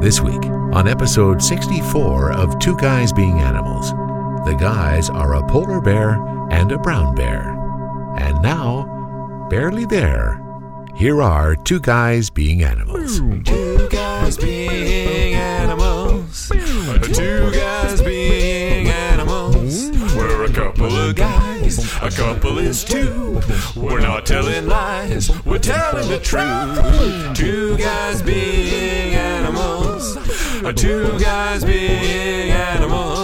This week, on episode 64 of Two Guys Being Animals, the guys are a polar bear and a brown bear. And now, barely there, here are Two Guys Being Animals. Two guys being animals. Two guys being animals. We're a couple of guys. A couple is two. We're not telling lies. We're telling the truth. Two guys being animals. Two guys being animals.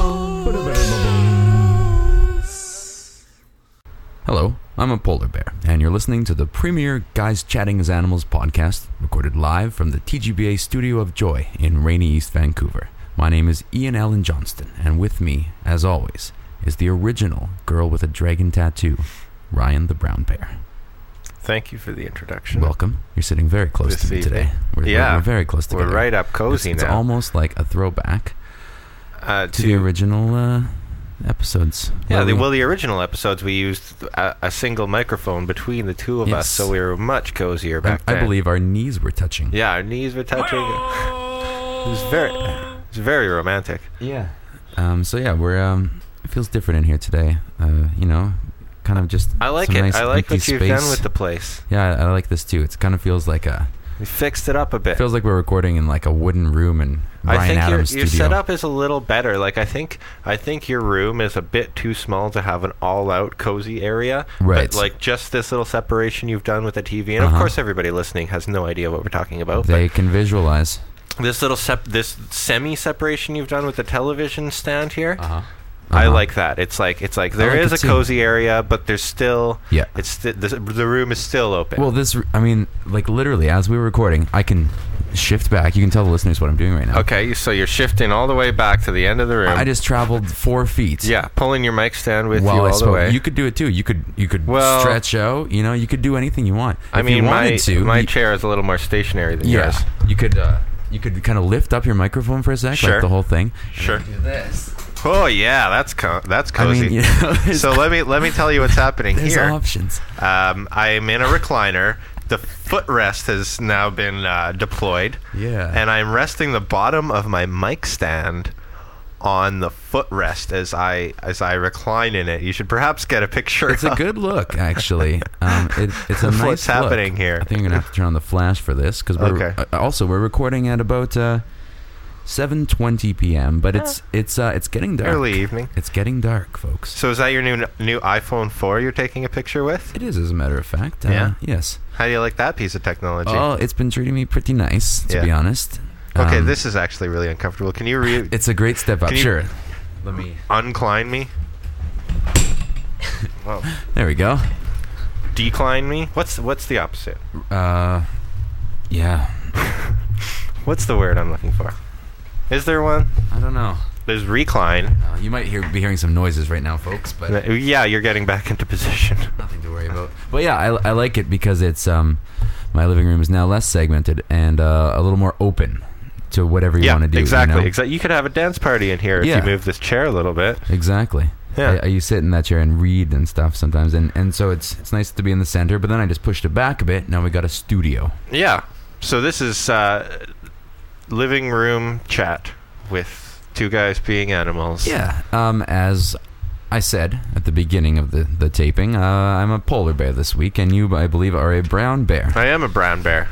Hello, I'm a polar bear, and you're listening to the premier Guys Chatting as Animals podcast, recorded live from the TGBA Studio of Joy in rainy East Vancouver. My name is Ian Allen Johnston, and with me, as always, is the original girl with a dragon tattoo, Ryan the Brown Bear. Thank you for the introduction. Welcome. You're sitting very close This to me today. evening. We're, Yeah. we're very close We're together. right up cozy It's, it's now. almost like a throwback uh, to, the original uh, episodes. Yeah, Where the, we- well, the original episodes we used a, a single microphone between the two of Yes. us, so we were much cozier I, back I then. believe our knees were touching. Yeah, our knees were touching. it was very, it was very romantic. Yeah. Um, so yeah, we're um, it feels different in here today. Uh, you know, kind of just I like some it. nice I like empty what you've space. done with the place. Yeah, I, I like this too. It kind of feels like a You fixed it up a bit. feels like we're recording in like a wooden room in Ryan I think Adams' your, your studio. setup is a little better. Like I think I think your room is a bit too small to have an all-out cozy area. Right. But like just this little separation you've done with the TV, and Uh-huh. of course everybody listening has no idea what we're talking about. They can visualize. but this little sep- this semi separation you've done with the television stand here, Uh-huh. I like that. It's like it's like there like is it too. a cozy area, but there's still Yeah. It's sti- the, the room is still open. Well, this I mean, like literally as we were recording, I can shift back. You can tell the listeners what I'm doing right now. okay, so you're shifting all the way back to the end of the room. I just traveled four feet. yeah, pulling your mic stand with while you I all the spoke. way. You could do it too. You could you could Well- stretch out. You know, you could do anything you want. I If you mean, my wanted to, my you- chair is a little more stationary than Yeah. yours. You could uh, you could kind of lift up your microphone for a sec, Sure. like the whole thing. Sure. Do this. Oh yeah, that's co- that's I cozy. mean, you know, there's, so let me let me tell you what's happening there's here. options. Um, I am in a recliner. The footrest has now been uh, deployed. Yeah. And I'm resting the bottom of my mic stand on the footrest as I as I recline in it. You should perhaps get a picture. It's a of- good look, actually. Um, it, it's a What's nice. look. happening here? I think I'm gonna have to turn on the flash for this because we're Okay. uh, also we're recording at about uh, 7:20 p.m. But it's it's uh, it's getting dark. Ah. early evening. It's getting dark, folks. So is that your new new iPhone 4 you're taking a picture with? It is, as a matter of fact. Uh, Yeah? Yes. How do you like that piece of technology? Oh, it's been treating me pretty nice, to Yeah. be honest. okay, Um, this is actually really uncomfortable. Can you re- It's a great step up. Can you- Sure. Let me. uncline me? Well, There we go. decline me? What's what's the opposite? Uh, yeah. What's the word I'm looking for? Is there one? I don't know. There's recline. Uh, you might hear be hearing some noises right now, folks, but Yeah, you're getting back into position. nothing to worry about. But yeah, I, I like it because it's um, my living room is now less segmented and uh, a little more open to whatever you yeah, want to do. you exactly. know? Exactly. You could have a dance party in here Yeah. if you move this chair a little bit. Exactly. Yeah. I, I- you sit in that chair and read and stuff sometimes, and, and so it's it's nice to be in the center. But then I just pushed it back a bit. Now we got a studio. Yeah. So this is uh, living room chat with two guys being animals. Yeah. Um, as I said at the beginning of the the taping, uh, I'm a polar bear this week, and you, I believe, are a brown bear. I am a brown bear.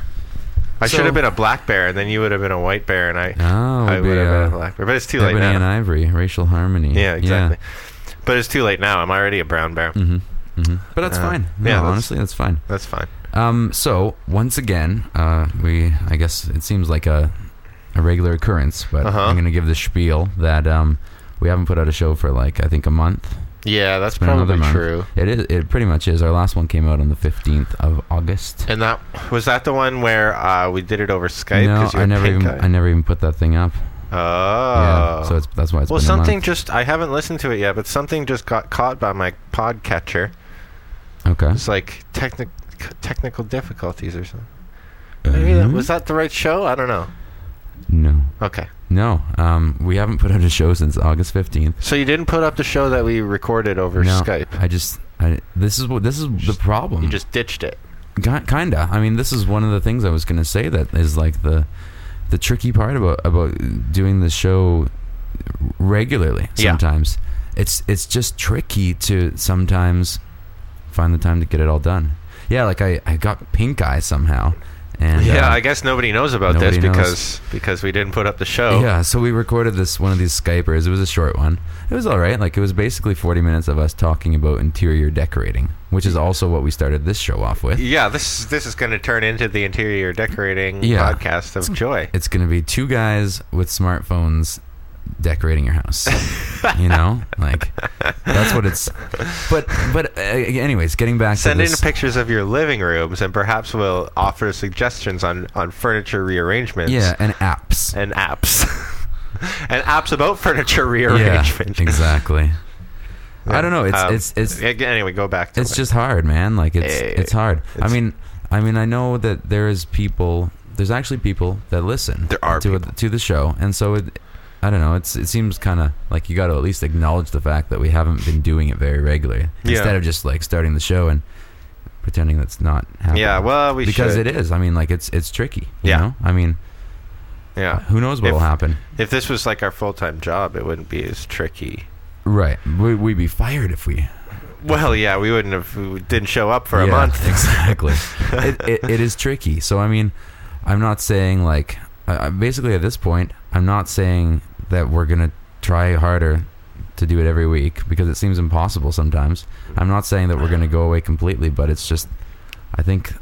I So- should have been a black bear, and then you would have been a white bear, and I, Oh, I it'd be, would have uh, been a black bear. But it's too late Ebony and now. Ivory, racial harmony. Yeah, exactly. But it's too late now. I'm already a brown bear. hmm hmm But that's Uh, fine. No, yeah, that's- honestly, that's fine. That's fine. Um, so once again, uh, we I guess it seems like a a regular occurrence, but Uh-huh. I'm going to give the spiel that um, we haven't put out a show for like I think a month. Yeah, that's It's been another probably month. true. It is. It pretty much is. Our last one came out on the 15th of August. And that was that the one where uh, we did it over Skype? no, 'cause you I were never even pink-eyed? I never even put that thing up. Oh. Yeah, so it's, that's why it's well, been something A just I haven't listened to it yet, but something just got caught by my podcatcher. month. Okay. It's like technic technical difficulties or something. Maybe that, Um, was that the right show? I don't know. no. Okay. No, um, we haven't put out a show since August fifteenth. So you didn't put up the show that we recorded over no, Um, Skype. I just, I, this is what this is the problem. You just ditched it. Ki- kinda. I mean, this is one of the things I was gonna say that is like the the tricky part about about doing the show regularly. Yeah. Sometimes it's it's just tricky to sometimes find the time to get it all done. Yeah, like I, I got pink eye somehow, and Yeah, uh, I guess nobody knows about this Nobody knows. because because we didn't put up the show. Yeah, so we recorded this one of these Skypers. It was a short one. It was all right. Like it was basically 40 minutes of us talking about interior decorating, which is also what we started this show off with. Yeah, this this is going to turn into the interior decorating Yeah. podcast of joy. It's going to be two guys with smartphones decorating your house. you know? Like that's what it's But but uh, anyways, getting back Send to in this pictures of your living rooms, and perhaps we'll offer suggestions on on furniture rearrangements. Yeah, and apps. and apps and apps about furniture rearrangement. Yeah, exactly. I don't know. It's Um, it's it's ag- anyway. Go back to it's it. just hard man like it's Eh, it's hard i it's- mean i mean i know that there is people there's actually people that listen There are to people. to the show and so it i don't know it's it seems kind of like you got to at least acknowledge the fact that we haven't been doing it very regularly Yeah. instead of just like starting the show and pretending that's not happening yeah. Well, we because should. it is i mean like it's it's tricky you Yeah. know i mean yeah. who knows what If- will happen If this was like our full time job, it wouldn't be as tricky. right we, we'd be fired if we Well, yeah, we wouldn't have. We didn't show up for a Yeah, month. Exactly. it, it, it is tricky. So I mean, I'm not saying like I I- basically at this point, I'm not saying that we're gonna try harder to do it every week because it seems impossible sometimes. I'm not saying that we're gonna go away completely, but it's just I think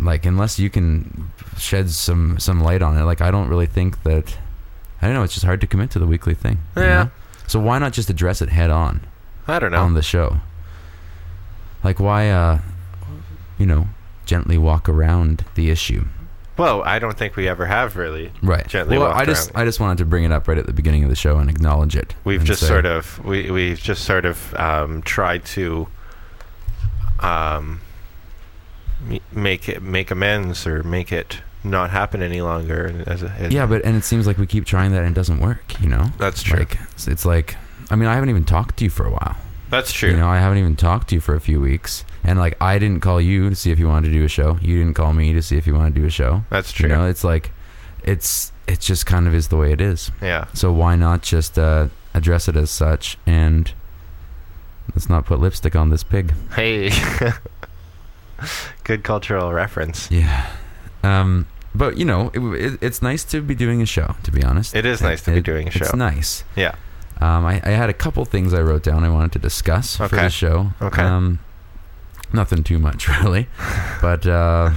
like unless you can shed some some light on it, like I don't really think that I don't know. It's just hard to commit to the weekly thing. you Yeah. know? So why not just address it head on? I don't know. on the show. Like why uh you know, gently walk around the issue. well, I don't think we ever have really. Right. Gently well, walked I just around. I just wanted to bring it up right at the beginning of the show and acknowledge it. We've and just say- sort of we we've just sort of um, tried to um, m- make it make amends or make it not happen any longer. and As a, as Yeah, but and it seems like we keep trying that and it doesn't work, you know? that's true. Like it's- it's like I mean, I haven't even talked to you for a while. that's true. You know, I haven't even talked to you for a few weeks. And like I didn't call you to see if you wanted to do a show. You didn't call me to see if you wanted to do a show. That's true. You know, it's like it's it just kind of is the way it is. yeah. So why not just uh, address it as such and let's not put lipstick on this pig? Hey. Good cultural reference. Yeah. Um, but you know, it, it, it's nice to be doing a show. To be honest, It is nice to be doing a show. It's nice. Yeah. Um, I, I had a couple things I wrote down I wanted to discuss for Okay. the show. Okay. Um, nothing too much really, but uh,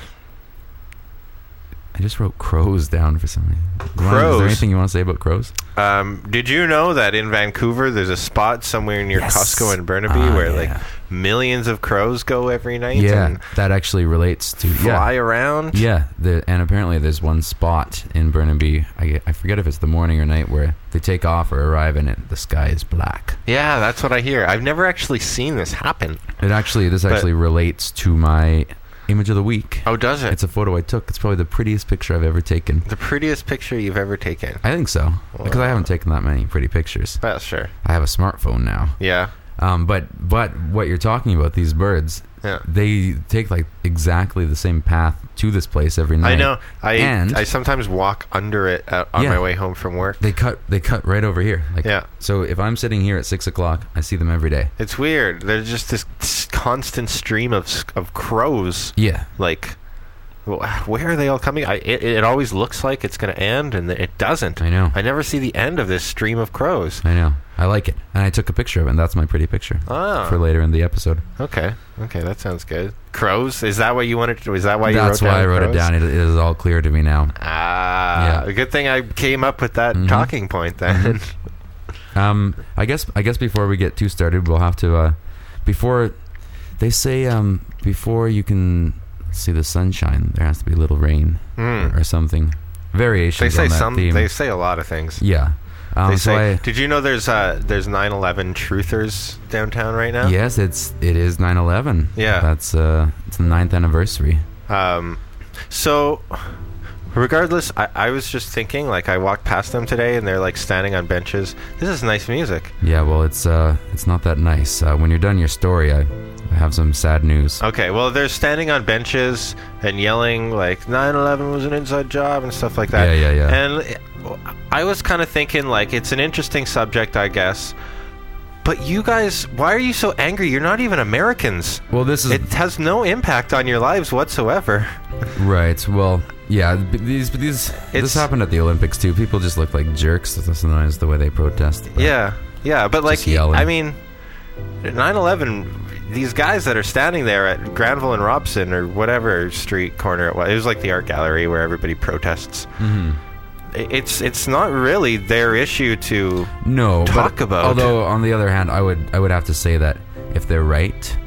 I just wrote crows down for some reason. You wanna- Is Crows? there anything you want to say about crows? Um, did you know that in Vancouver there's a spot somewhere near Yes. Costco and Burnaby Ah, where yeah. like millions of crows go every night yeah, and that actually relates to yeah. fly around? Yeah, the, and apparently there's one spot in Burnaby. I, get- I forget if it's the morning or night where they take off or arrive, and it, the sky is black. Yeah, that's what I hear. I've never actually seen this happen. It actually this But- actually relates to my image of the week. Oh, does it? It's a photo I took. It's probably the prettiest picture I've ever taken. the prettiest picture you've ever taken. I think so because I haven't taken that many pretty pictures. Well, sure. I have a smartphone now. Yeah. Um, but but what you're talking about these birds, Yeah. they take like exactly the same path to this place every night. I know. I And- I sometimes walk under it uh, on Yeah. my way home from work. They cut they cut right over here. Like Yeah. So if I'm sitting here at six o'clock, I see them every day. It's weird. There's just this s- constant stream of s- of crows. Yeah, Like, wh- where are they all coming? I, it, it always looks like it's going to end, and it doesn't. I know. I never see the end of this stream of crows. I know. I like it, and I took a picture of it. and That's my pretty picture Ah. for later in the episode. Okay. Okay, that sounds good. Crows? Is that what you wanted to? Is that why you? that's wrote why down I wrote it crows? down. It, it is all clear to me now. Ah, Yeah. Mm-hmm. good thing I came up with that Mhm. talking point then. Um, I guess I guess before we get too started, we'll have to. Uh, before they say um, before you can see the sunshine, there has to be a little rain Hmm. or something. Variations They say on that some. theme. They say a lot of things. yeah. Um, they so say. I- did you know there's uh there's 9/11 truthers downtown right now? Yes, it's it is 9/11. Yeah. that's uh, it's the ninth anniversary. Um, so, regardless, I, I was just thinking, like, I walked past them today and they're, like, standing on benches. This is nice music. Yeah, well, it's uh, it's not that nice. Uh, when you're done your story, I, I have some sad news. Okay, well, they're standing on benches and yelling like 9/11 was an inside job and stuff like that. Yeah, yeah, yeah. And I was kind of thinking like it's an interesting subject, I guess. But you guys, why are you so angry? You're not even Americans. Well, this is It has no impact on your lives whatsoever. right. Well, yeah, b- these but these It's- this happened at the Olympics too. People just look like jerks. Sometimes the way they protest. but- Yeah, yeah, but like, Just yelling. I mean, 9/11. These guys that are standing there at Granville and Robson or whatever street corner it was, it was like the art gallery where everybody protests. Mm-hmm. I- It's it's not really their issue to. no but- talk about. Although on the other hand, I would I would have to say that if they're right,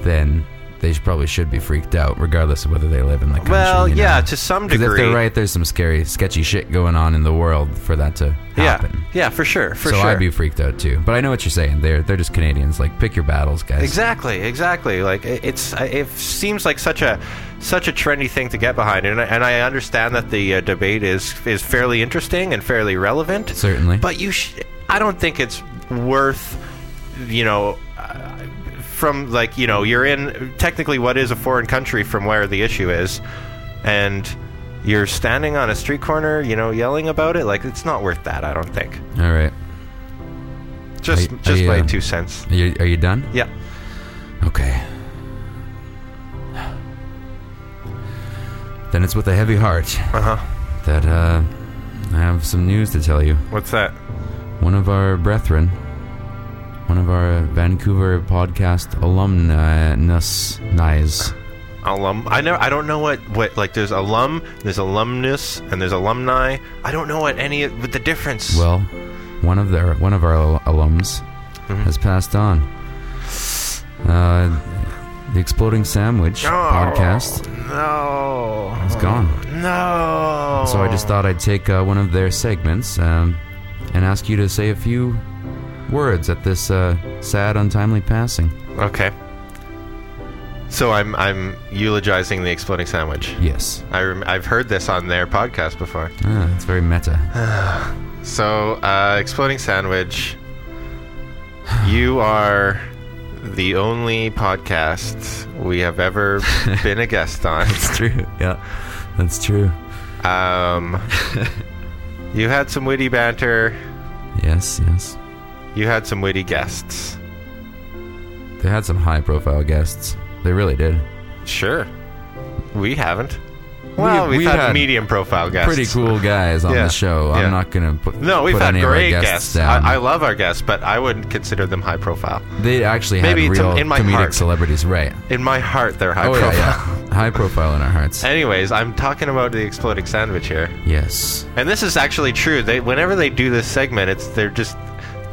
then they should, probably should be freaked out, regardless of whether they live in the country. Well, you yeah, know? to some 'Cause if degree. they're right, there's some scary, sketchy shit going on in the world for that to Yeah, happen. yeah, for sure, for so sure. I'd be freaked out too. But I know what you're saying. They're they're just Canadians. Like pick your battles, guys. Exactly, exactly. Like i- it's, I- it seems like such a, such a trendy thing to get behind, and I, and I understand that the uh, debate is is fairly interesting and fairly relevant. Certainly. but you, sh- I don't think it's worth, you know, uh, from like you know you're in technically what is a foreign country from where the issue is, and you're standing on a street corner, you know, yelling about it. Like it's not worth that. I don't think. all right. Just, I- just I, my uh, two cents. Are you, are you done? Yeah. Okay. Then it's with a heavy heart Uh huh. that uh, I have some news to tell you. What's that? One of our brethren, one of our Vancouver podcast alumni, nice. alum. I know. I don't know what what like. There's alum. There's alumnus, and there's alumni. I don't know what any what the difference. Well, one of their one of our al- alums Mhm. has passed on. Uh, the Exploding Sandwich No. podcast no, is gone. No. So I just thought I'd take uh, one of their segments um, and ask you to say a few words at this uh, sad, untimely passing. Okay. So I'm I'm eulogizing the exploding sandwich. Yes. I rem- I've heard this on their podcast before. Ah, that's very meta. So uh, exploding sandwich. You are the only podcast we have ever been a guest on. That's true. Yeah, that's true. Um, you had some witty banter. Yes, yes. You had some witty guests. They had some high-profile guests. They really did. Sure. We haven't. Well, we, we have had, had medium profile guests. Pretty cool guys on Yeah, the show. yeah. I'm not gonna put No, we've put had any of our great guests. guests. down. I, I love our guests, but I wouldn't consider them high profile. they actually Maybe had it's real in my comedic heart. celebrities, right? In my heart, they're high oh profile. yeah, yeah. High profile in our hearts. Anyways, I'm talking about the exploding sandwich here, yes. and this is actually true. They, whenever they do this segment, it's they're just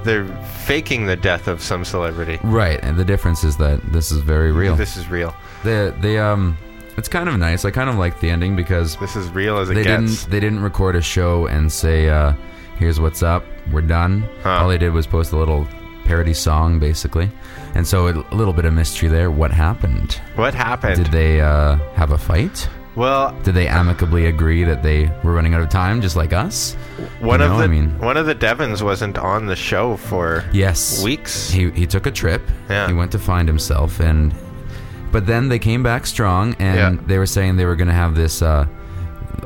they're faking the death of some celebrity. Right, and the difference is that this is very real. This is real. the the um it's kind of nice i kind of like the ending because This is real as it they gets. didn't they didn't record a show and say uh here's what's up we're done Huh. all they did was post a little parody song basically and so a little bit of mystery there what happened What happened? did they uh have a fight well, did they amicably agree that they were running out of time just like us One You of know, the I mean- one of the Devons wasn't on the show for yes weeks. he he took a trip. Yeah. He went to find himself, and but then they came back strong, and Yeah. they were saying they were going to have this. Uh,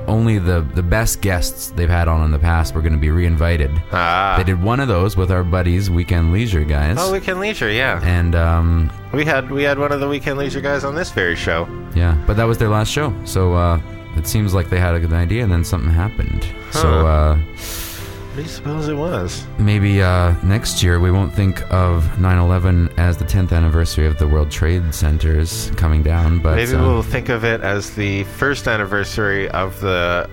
only the the best guests they've had on in the past were going to be reinvited. ah. They did one of those with our buddies, Weekend Leisure guys, Oh, Weekend Leisure, yeah. and um, We had we had one of the Weekend Leisure guys on this very show. yeah, but that was their last show. So uh, it seems like they had a good idea, and then something happened. So. Huh. Uh, What do you suppose it was? Maybe uh, next year we won't think of 9 11 as the 10th anniversary of the World Trade Centers coming down, but. Maybe uh, we'll think of it as the first anniversary of the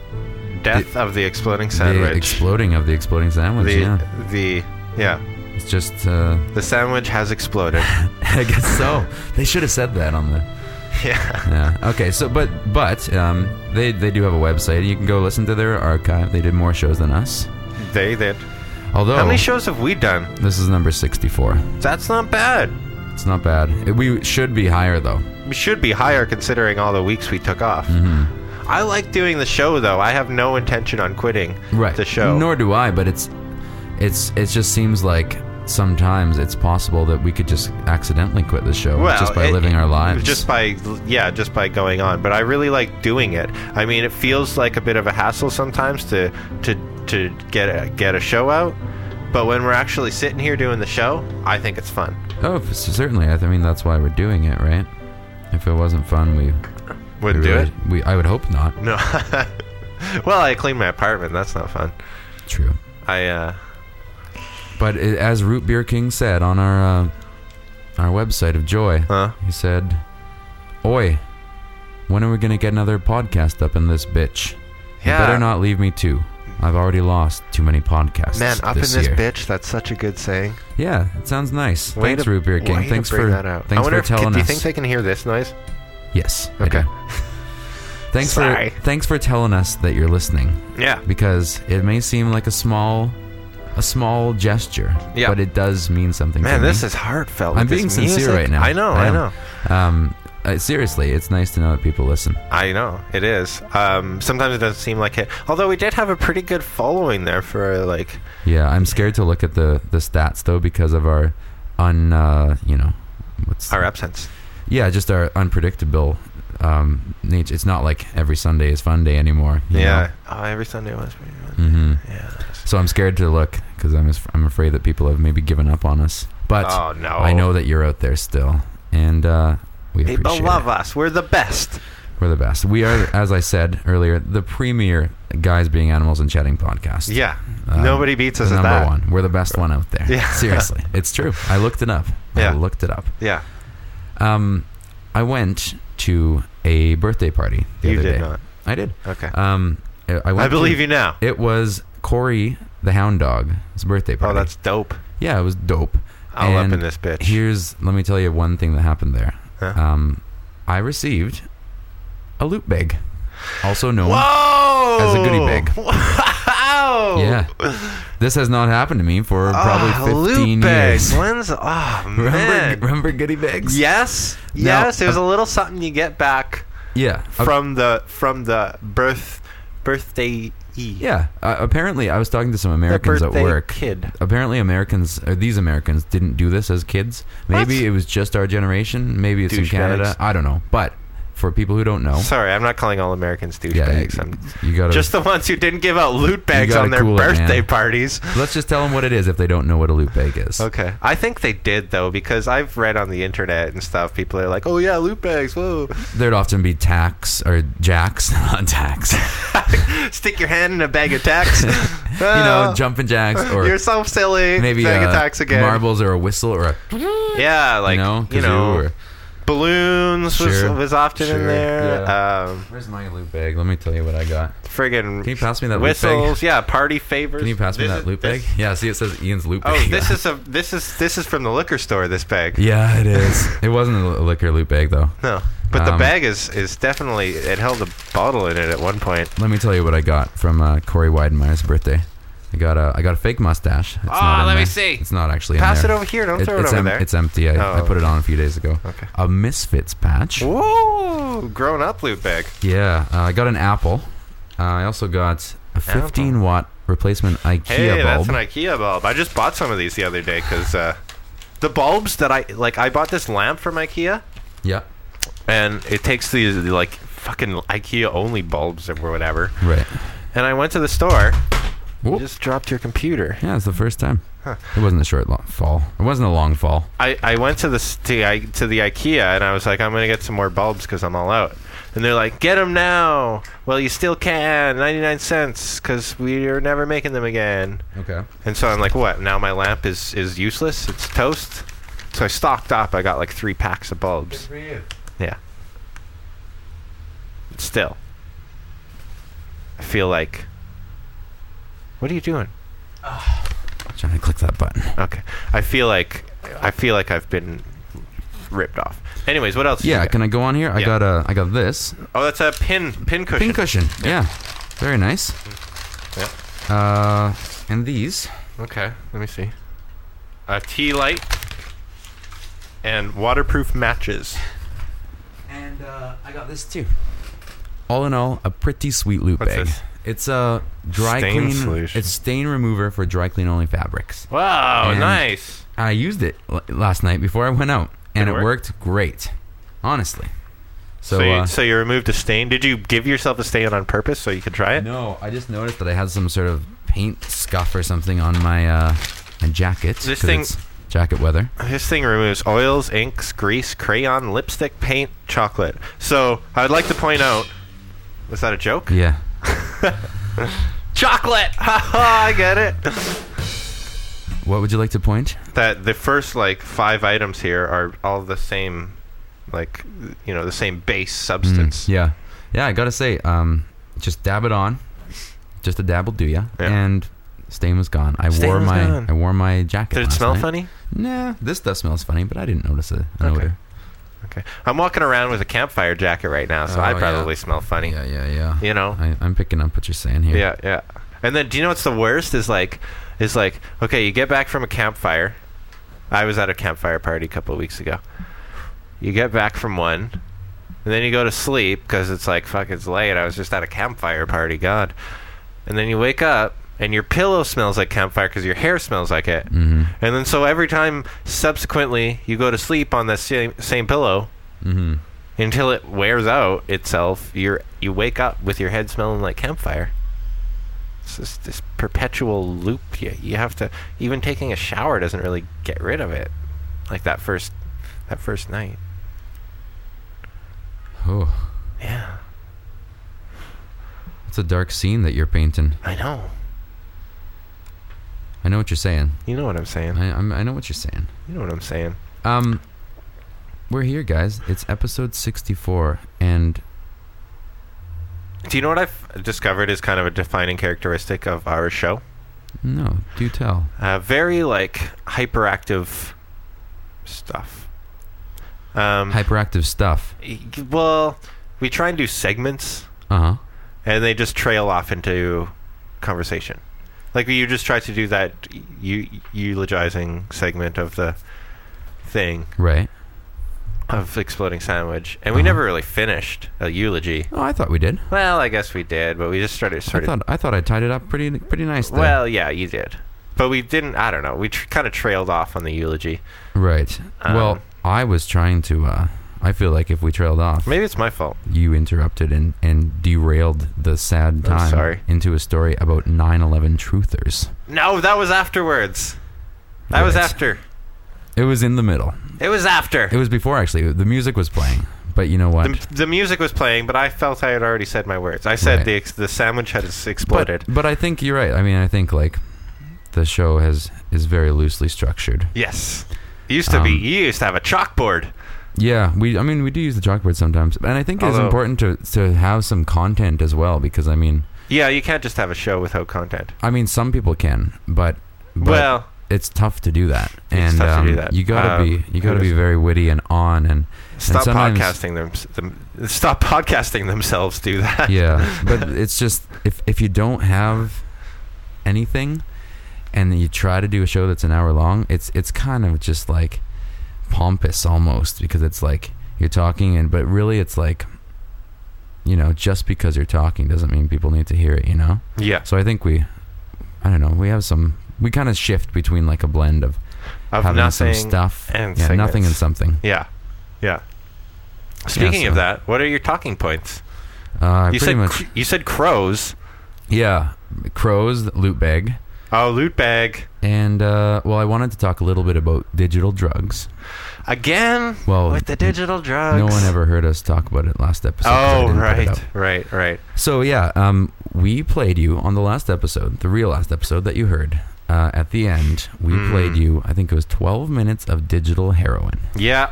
death of the exploding sandwich. The exploding of the exploding sandwich. the yeah, the yeah. it's just. Uh, The sandwich has exploded. I guess so. They should have said that on the. yeah. Yeah. Okay. So, but but um, they they do have a website. You can go listen to their archive. They did more shows than us. They did. Although How many shows have we done? this is number sixty-four. That's not bad. It's not bad. We should be higher though. We should be higher considering all the weeks we took off. Mm-hmm. I like doing the show though. I have no intention on quitting right the show. nor do i but it's it's it just seems like sometimes it's possible that we could just accidentally quit the show Well, just by it- living our lives. Just by yeah, just by going on. But I really like doing it. I mean, it feels like a bit of a hassle sometimes to to to get a, get a show out. But when we're actually sitting here doing the show, I think it's fun. oh, f- certainly. I th- I mean, that's why we're doing it, right? If it wasn't fun, we Wouldn't we do really- We, I would hope not. it. No. well, I cleaned my apartment. That's not fun. True. I uh, But i as Root Beer King said on our uh, our website of Joy, huh? he said, "Oi, when are we gonna get another podcast up in this bitch? Yeah. You better not leave me too. I've already lost too many podcasts. Man, up this in this year. bitch. That's such a good saying. Yeah, it sounds nice. Way thanks, to- Root Beer King. way to Thanks bring for that out. thanks I wonder for if, telling do you us. think they can hear this noise? Yes. I Okay. do. thanks Sorry. for thanks for telling us that you're listening Yeah. because it may seem like a small a small gesture, Yeah. but it does mean something. Man, to this me. is heartfelt. I'm with this being sincere music. right now. I know. I I am. know. um uh, seriously, it's nice to know that people listen. I know it is. Um, sometimes it doesn't seem like it. Although we did have a pretty good following there for like, Yeah, I'm scared to look at the the stats though because of our un uh, you know what's our absence. yeah just our unpredictable um nature. It's not like every Sunday is fun day anymore. you Yeah. Oh, every Sunday was. know? Mhm. Yeah. So I'm scared to look because I'm as- I'm afraid that people have maybe given up on us. But oh no. I know that you're out there still, and uh, we People appreciate love it. us. We're the best. We're the best. We are, as I said earlier, the premier guys being animals and chatting podcast. Yeah. Um, Uh, Nobody beats the us at number that. one. We're the best one out there. Yeah. Seriously, it's true. I looked it up. Yeah. I looked it up. Yeah. Um, I went to a birthday party the You other did day. not. I did. Okay. Um, I- I, went I believe to, you now. It was Corey the Hound Dog's birthday Oh, party. that's dope. yeah. It was dope. All And up in this bitch. Here's let me tell you one thing that happened there. Huh? Um, I received a loot bag, also known. Whoa! as a goodie bag. Wow! Yeah, this has not happened to me for probably Ah, fifteen loot bags. years. When's oh man? Remember, remember goodie bags? Yes, Now- yes. It was a little something you get back yeah, Uh, A- from the from the birth birthday e yeah. Uh, apparently, I was talking to some Americans at birthday work. kid. Apparently, Americans or these Americans didn't do this as kids. Maybe What? it was just our generation. Maybe it's in Douchebags. Canada. I don't know. But for people who don't know, Sorry, I'm not calling all Americans yeah, douchebags. you, I'm you gotta just the ones who didn't give out loot bags gotta on their cool it, man. birthday parties. let's just tell them what it is if they don't know what a loot bag is. Okay, I think they did though because I've read on the internet and stuff. People are like, "Oh yeah, loot bags." Whoa, There'd often be tax or jacks, not tax. stick your hand in a bag of tacks. you you know, jumping jacks or you're so silly. maybe bag uh, of tacks again. marbles or a whistle or a Yeah, like you you know, know, kazoo or, balloons Sure. was, was often Sure, in there. yeah. Um, where's my loot bag? Let me tell you what I got. friggin' Can you pass me that loot bag? whistles? Yeah, party favors. Can you pass me This that is- loot bag? this- Yeah, see, it says Ian's loot bag. Oh, this is a this is this is from the liquor store. This bag. Yeah, it is. it wasn't a liquor loot bag though. No, but the Um, bag is is definitely it held a bottle in it at one point. Let me tell you what I got from uh, Corey Weidenmeyer's birthday. I got a I got a fake mustache. It's not in Ah, let me there. see. It's not actually. Pass in it there. over here. Don't throw it it's over em- there. It's empty. I, I Oh. put it on a few days ago. Okay. A Misfits patch. Whoa, grown up loot bag. Yeah, uh, I got an apple. Uh, I also got a 15 watt replacement IKEA Hey, bulb. that's an IKEA bulb. I just bought some of these the other day because uh, the bulbs that I like, I bought this lamp from IKEA. yeah, and it takes these like fucking IKEA only bulbs or whatever. right. And I went to the store. Whoop. Just dropped your computer. Yeah, it's the first time. It wasn't a short long fall. It wasn't a long fall. I, I went to the s- to, I, to the IKEA and I was like, I'm gonna get some more bulbs because I'm all out. And they're like, get them now. Well, you still can, 99 cents, because we are never making them again. Okay. And so I'm like, what? Now my lamp is is useless. It's toast. So I stocked up. I got like three packs of bulbs. for you. Yeah. Still. I feel like. What are you doing? Trying to click that button. Okay. I feel like. I feel like I've been ripped off. Anyways, what else? did Yeah, you get? can I go on here? I Yeah. got a I got this oh, that's a pin pin cushion. pin cushion. Yeah. Very nice. Mm. Yeah. Uh, and these. Okay. Let me see. A tea light. And waterproof matches. And uh, I got this too. All in all, a pretty sweet loot What's bag. this? It's a dry Stain clean. solution. It's stain remover for dry clean only fabrics. Wow, And- nice. I used it l- last night before I went out, and Did it, it work? worked great. Honestly. So, So, you, uh, so you removed a stain. Did you give yourself a stain on purpose so you could try it? uh, no, I just noticed that I had some sort of paint scuff or something on my uh, my jacket. This 'cause thing- it's jacket weather. This thing removes oils, inks, grease, crayon, lipstick, paint, chocolate. So I would like to point out. Was that a joke? Yeah. Chocolate. I get it. What would you like to point? That the first like five items here are all the same, like you know the same base substance. Mm. Yeah, yeah. I gotta say, um, just dab it on, just a dab will do ya. Yeah. And stain was gone. I Stain wore was my gone. I wore my jacket. Did it last smell night. funny? Nah, this stuff smells funny, but I didn't notice a, an Okay. odor. Okay. I'm walking around with a campfire jacket right now, so Oh, I yeah. probably smell funny. Yeah, yeah, yeah. You know. I, I'm picking up what you're saying here. Yeah, yeah. And then, do you know what's the worst? Is like, is like, okay, you get back from a campfire. I was at a campfire party a couple of weeks ago. You get back from one, and then you go to sleep because it's like fuck, it's late. I was just at a campfire party, God. And then you wake up, and your pillow smells like campfire because your hair smells like it. hmm And then, so every time subsequently you go to sleep on that same same pillow Mm-hmm. hmm until it wears out itself, you're you wake up with your head smelling like campfire. It's just this perpetual loop. You, you have to even taking a shower doesn't really get rid of it, like that first that first night. Oh, Yeah, it's a dark scene that you're painting. I know. I know what you're saying. You know what I'm saying. I I'm, I know what you're saying. You know what I'm saying. Um, we're here, guys. It's episode 64, and Do you know what I've discovered is kind of a defining characteristic of our show? no, do tell. uh, very like hyperactive stuff. Um, Hyperactive stuff. y- well, we try and do segments Uh huh. and they just trail off into conversation. Like you just try to do that eu- eulogizing segment of the thing Right. of exploding sandwich, and we Uh-huh. never really finished a eulogy. Oh, I thought we did. Well, I guess we did, but we just started I sort of. thought I thought I tied it up pretty pretty nice there. Well, yeah, you did, but we didn't. I don't know. We tr- kind of trailed off on the eulogy. right. um, well, I was trying to. Uh, I feel like if we trailed off, Maybe it's my fault. you interrupted and, and derailed the sad time sorry. into a story about 9/11 truthers. No, that was afterwards. That was Right. after. It was in the middle. It was after. It was before actually. The music was playing, but you know what? the, the music was playing, but I felt I had already said my words. I said Right. the ex- the sandwich had s- exploded. but, but I think you're right. I mean, I think like the show has is very loosely structured. Yes. You used to be. Um, You used to have a chalkboard. Yeah, we. I mean, we do use the chalkboard sometimes, and I think it's Although- important to to have some content as well because I mean, Yeah, you can't just have a show without content. I mean, some people can, but, but well, it's tough to do that, and tough to um, do that. you gotta Um, be you gotta be who very witty and on, and stop sometimes- podcasting them, them. Stop podcasting themselves. Do that. yeah. but it's just if if you don't have anything, and then you try to do a show that's an hour long, it's it's kind of just like pompous almost because it's like you're talking, and but really it's like. You know, just because you're talking doesn't mean people need to hear it. You know, Yeah. so I think we, I don't know, we have some. We kind of shift between like a blend of Of having nothing. some stuff and yeah, nothing and segments. something. Yeah. Yeah. Speaking of so- that, what are your talking points? Uh, I you pretty said much, cr- you said crows. yeah, crows, loot bag, Oh, loot bag and uh, well, I wanted to talk a little bit about digital drugs. again. Well, with the n- digital drugs. No one ever heard us talk about it last episode. 'cause I Oh, didn't put it right, up. right, right. So yeah, um, we played you on the last episode, the real last episode that you heard. Uh, at the end, we Mm. played you. I think it was 12 minutes of digital heroin, Yeah,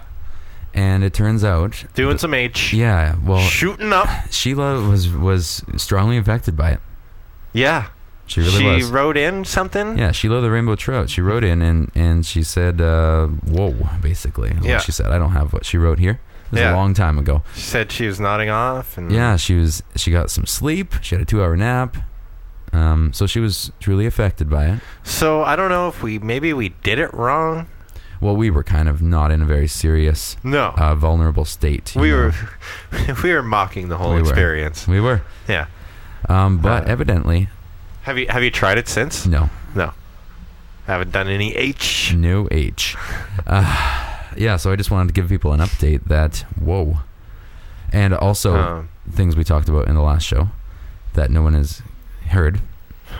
and it turns out, doing some H. yeah, well, Shooting up. Sheila was was strongly affected by it. Yeah. She really she was. wrote in something. yeah, Sheila the Rainbow Trout. She wrote in and and she said, uh, "Whoa!" Basically, is what Yeah. she said, "I don't have what she wrote here." It was Yeah. Mm-hmm. a long time ago. She said she was nodding off. And Yeah, she was. She got some sleep. She had a two-hour nap. Um, so she was truly affected by it. So I don't know if we maybe we did it wrong. Well, we were kind of not in a very serious, No, uh, vulnerable state. you we know. were we were mocking the whole We were. experience. We were. Yeah. Um, Uh. but evidently, Have you have you tried it since? no. No. Haven't done any H. No H. Uh, yeah, so I just wanted to give people an update that, whoa. And also, Um, things we talked about in the last show that no one has heard.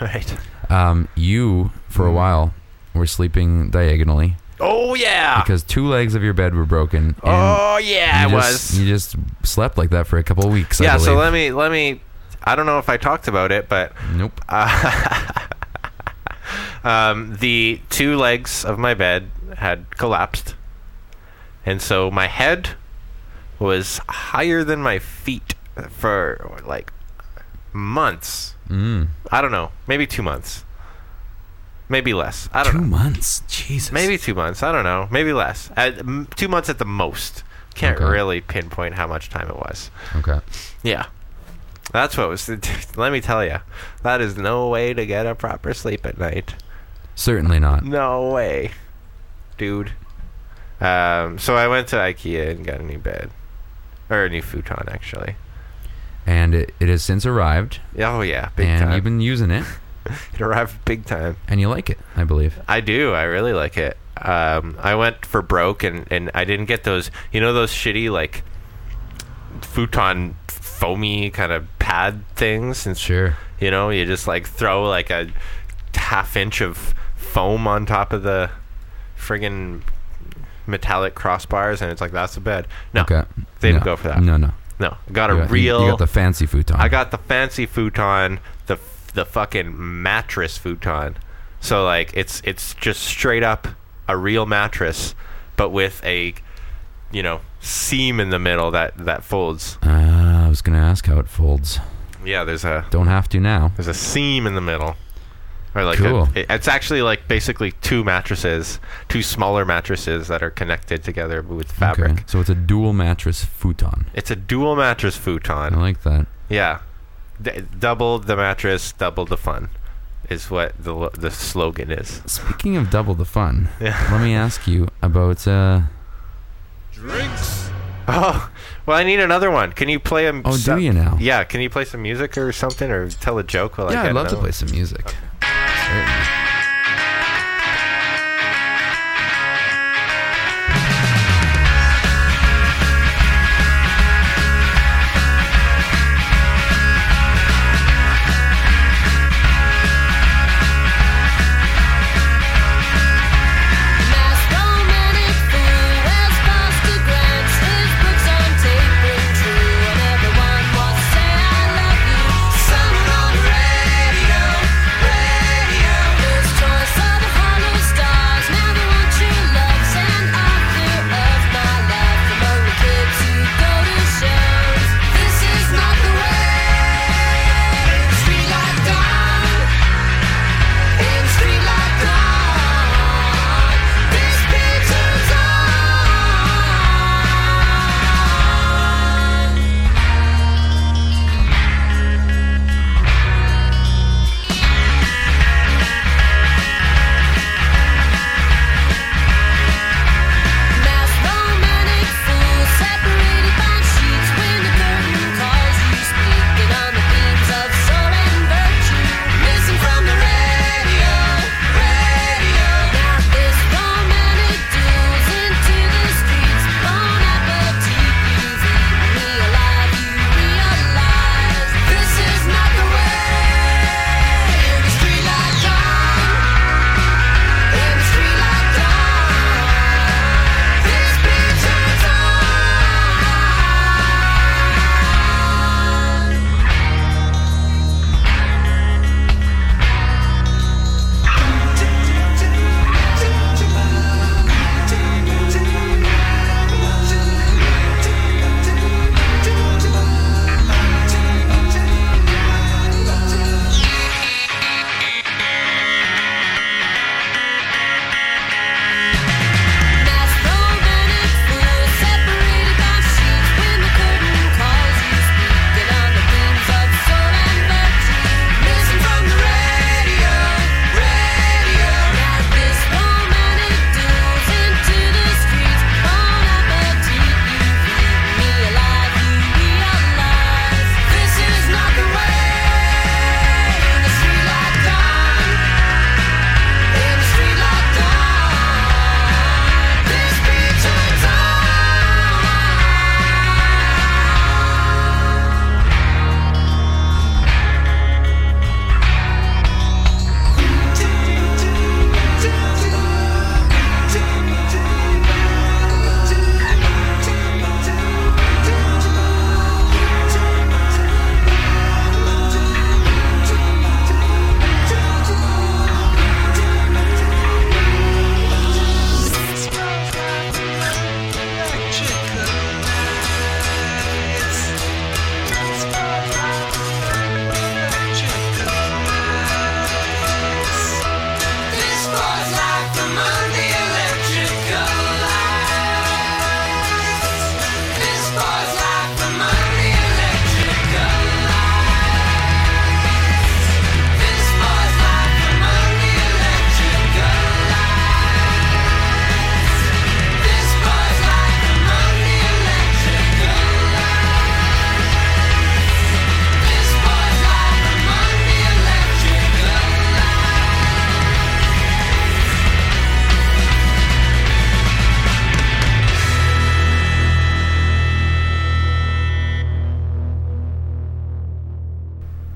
right. Um, you, for a Mm-hmm. while, were sleeping diagonally Oh yeah. because two legs of your bed were broken. And oh yeah, you it just, was. You just slept like that for a couple of weeks. I Yeah. So believe. let me let me. I don't know if I talked about it, but Nope. um, the two legs of my bed had collapsed, and so my head was higher than my feet for like months. Mm. I don't know, maybe two months, maybe less. I don't Two know. months. Jesus. Maybe two months. I don't know. Maybe less. At, m- two months at the most. Can't Okay. really pinpoint how much time it was. Okay. Yeah. That's what was. Let me tell you, that is no way to get a proper sleep at night. Certainly not. No way, dude. Um, so I went to IKEA and got a new bed, or a new futon actually. And it, it has since arrived, Oh yeah, big and time. you've been using it, it arrived big time. and you like it, I believe. I do. I really like it. Um, I went for broke, and, and I didn't get those. You know those shitty like futon foamy kind of pad things. And Sure. you know, you just like throw like a half inch of foam on top of the friggin' metallic crossbars, and it's like that's the bed. No, Okay. they didn't No. go for that. No, no. no, got a You got- you- real. You got the fancy futon. I got the fancy futon, the the fucking mattress futon. So like it's it's just straight up a real mattress, but with a you know seam in the middle that that folds. Uh, I was gonna ask how it folds. Yeah, there's a Don't have to now. there's a seam in the middle, or like Cool. a, it- it's actually like basically two mattresses, two smaller mattresses that are connected together with fabric. Okay. So it's a dual mattress futon. It's a dual mattress futon. I like that. Yeah, D- double the mattress, double the fun, is what the lo- the slogan is. Speaking of double the fun, Yeah. let me ask you about. Uh, Oh, well, I need another one. Can you play a? m- oh, do some- you now? Yeah, can you play some music or something, or tell a joke while I Yeah, get I'd love to another play some music. Certainly. Someone on the radio, radio.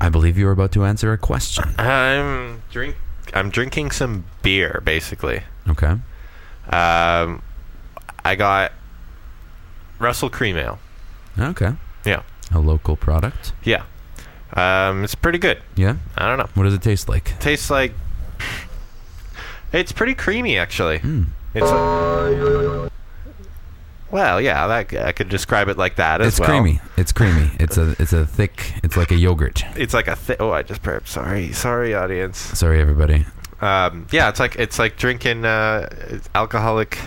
I believe you were about to answer a question. I'm drink. I'm drinking some beer, basically. Okay. Um, I got Russell Cream Ale. Okay. Yeah, A local product. yeah. Um, it's pretty good. Yeah. I don't know. What does it taste like? Tastes like it's pretty creamy, actually. Hmm. It's like, well, yeah. That I could describe it like that as it's well. creamy. It's creamy. It's a it's a thick. It's like a yogurt. It's like a thi- oh, I just burped. Sorry, sorry, audience. Sorry, everybody. Um, yeah, it's like it's like drinking uh, alcoholic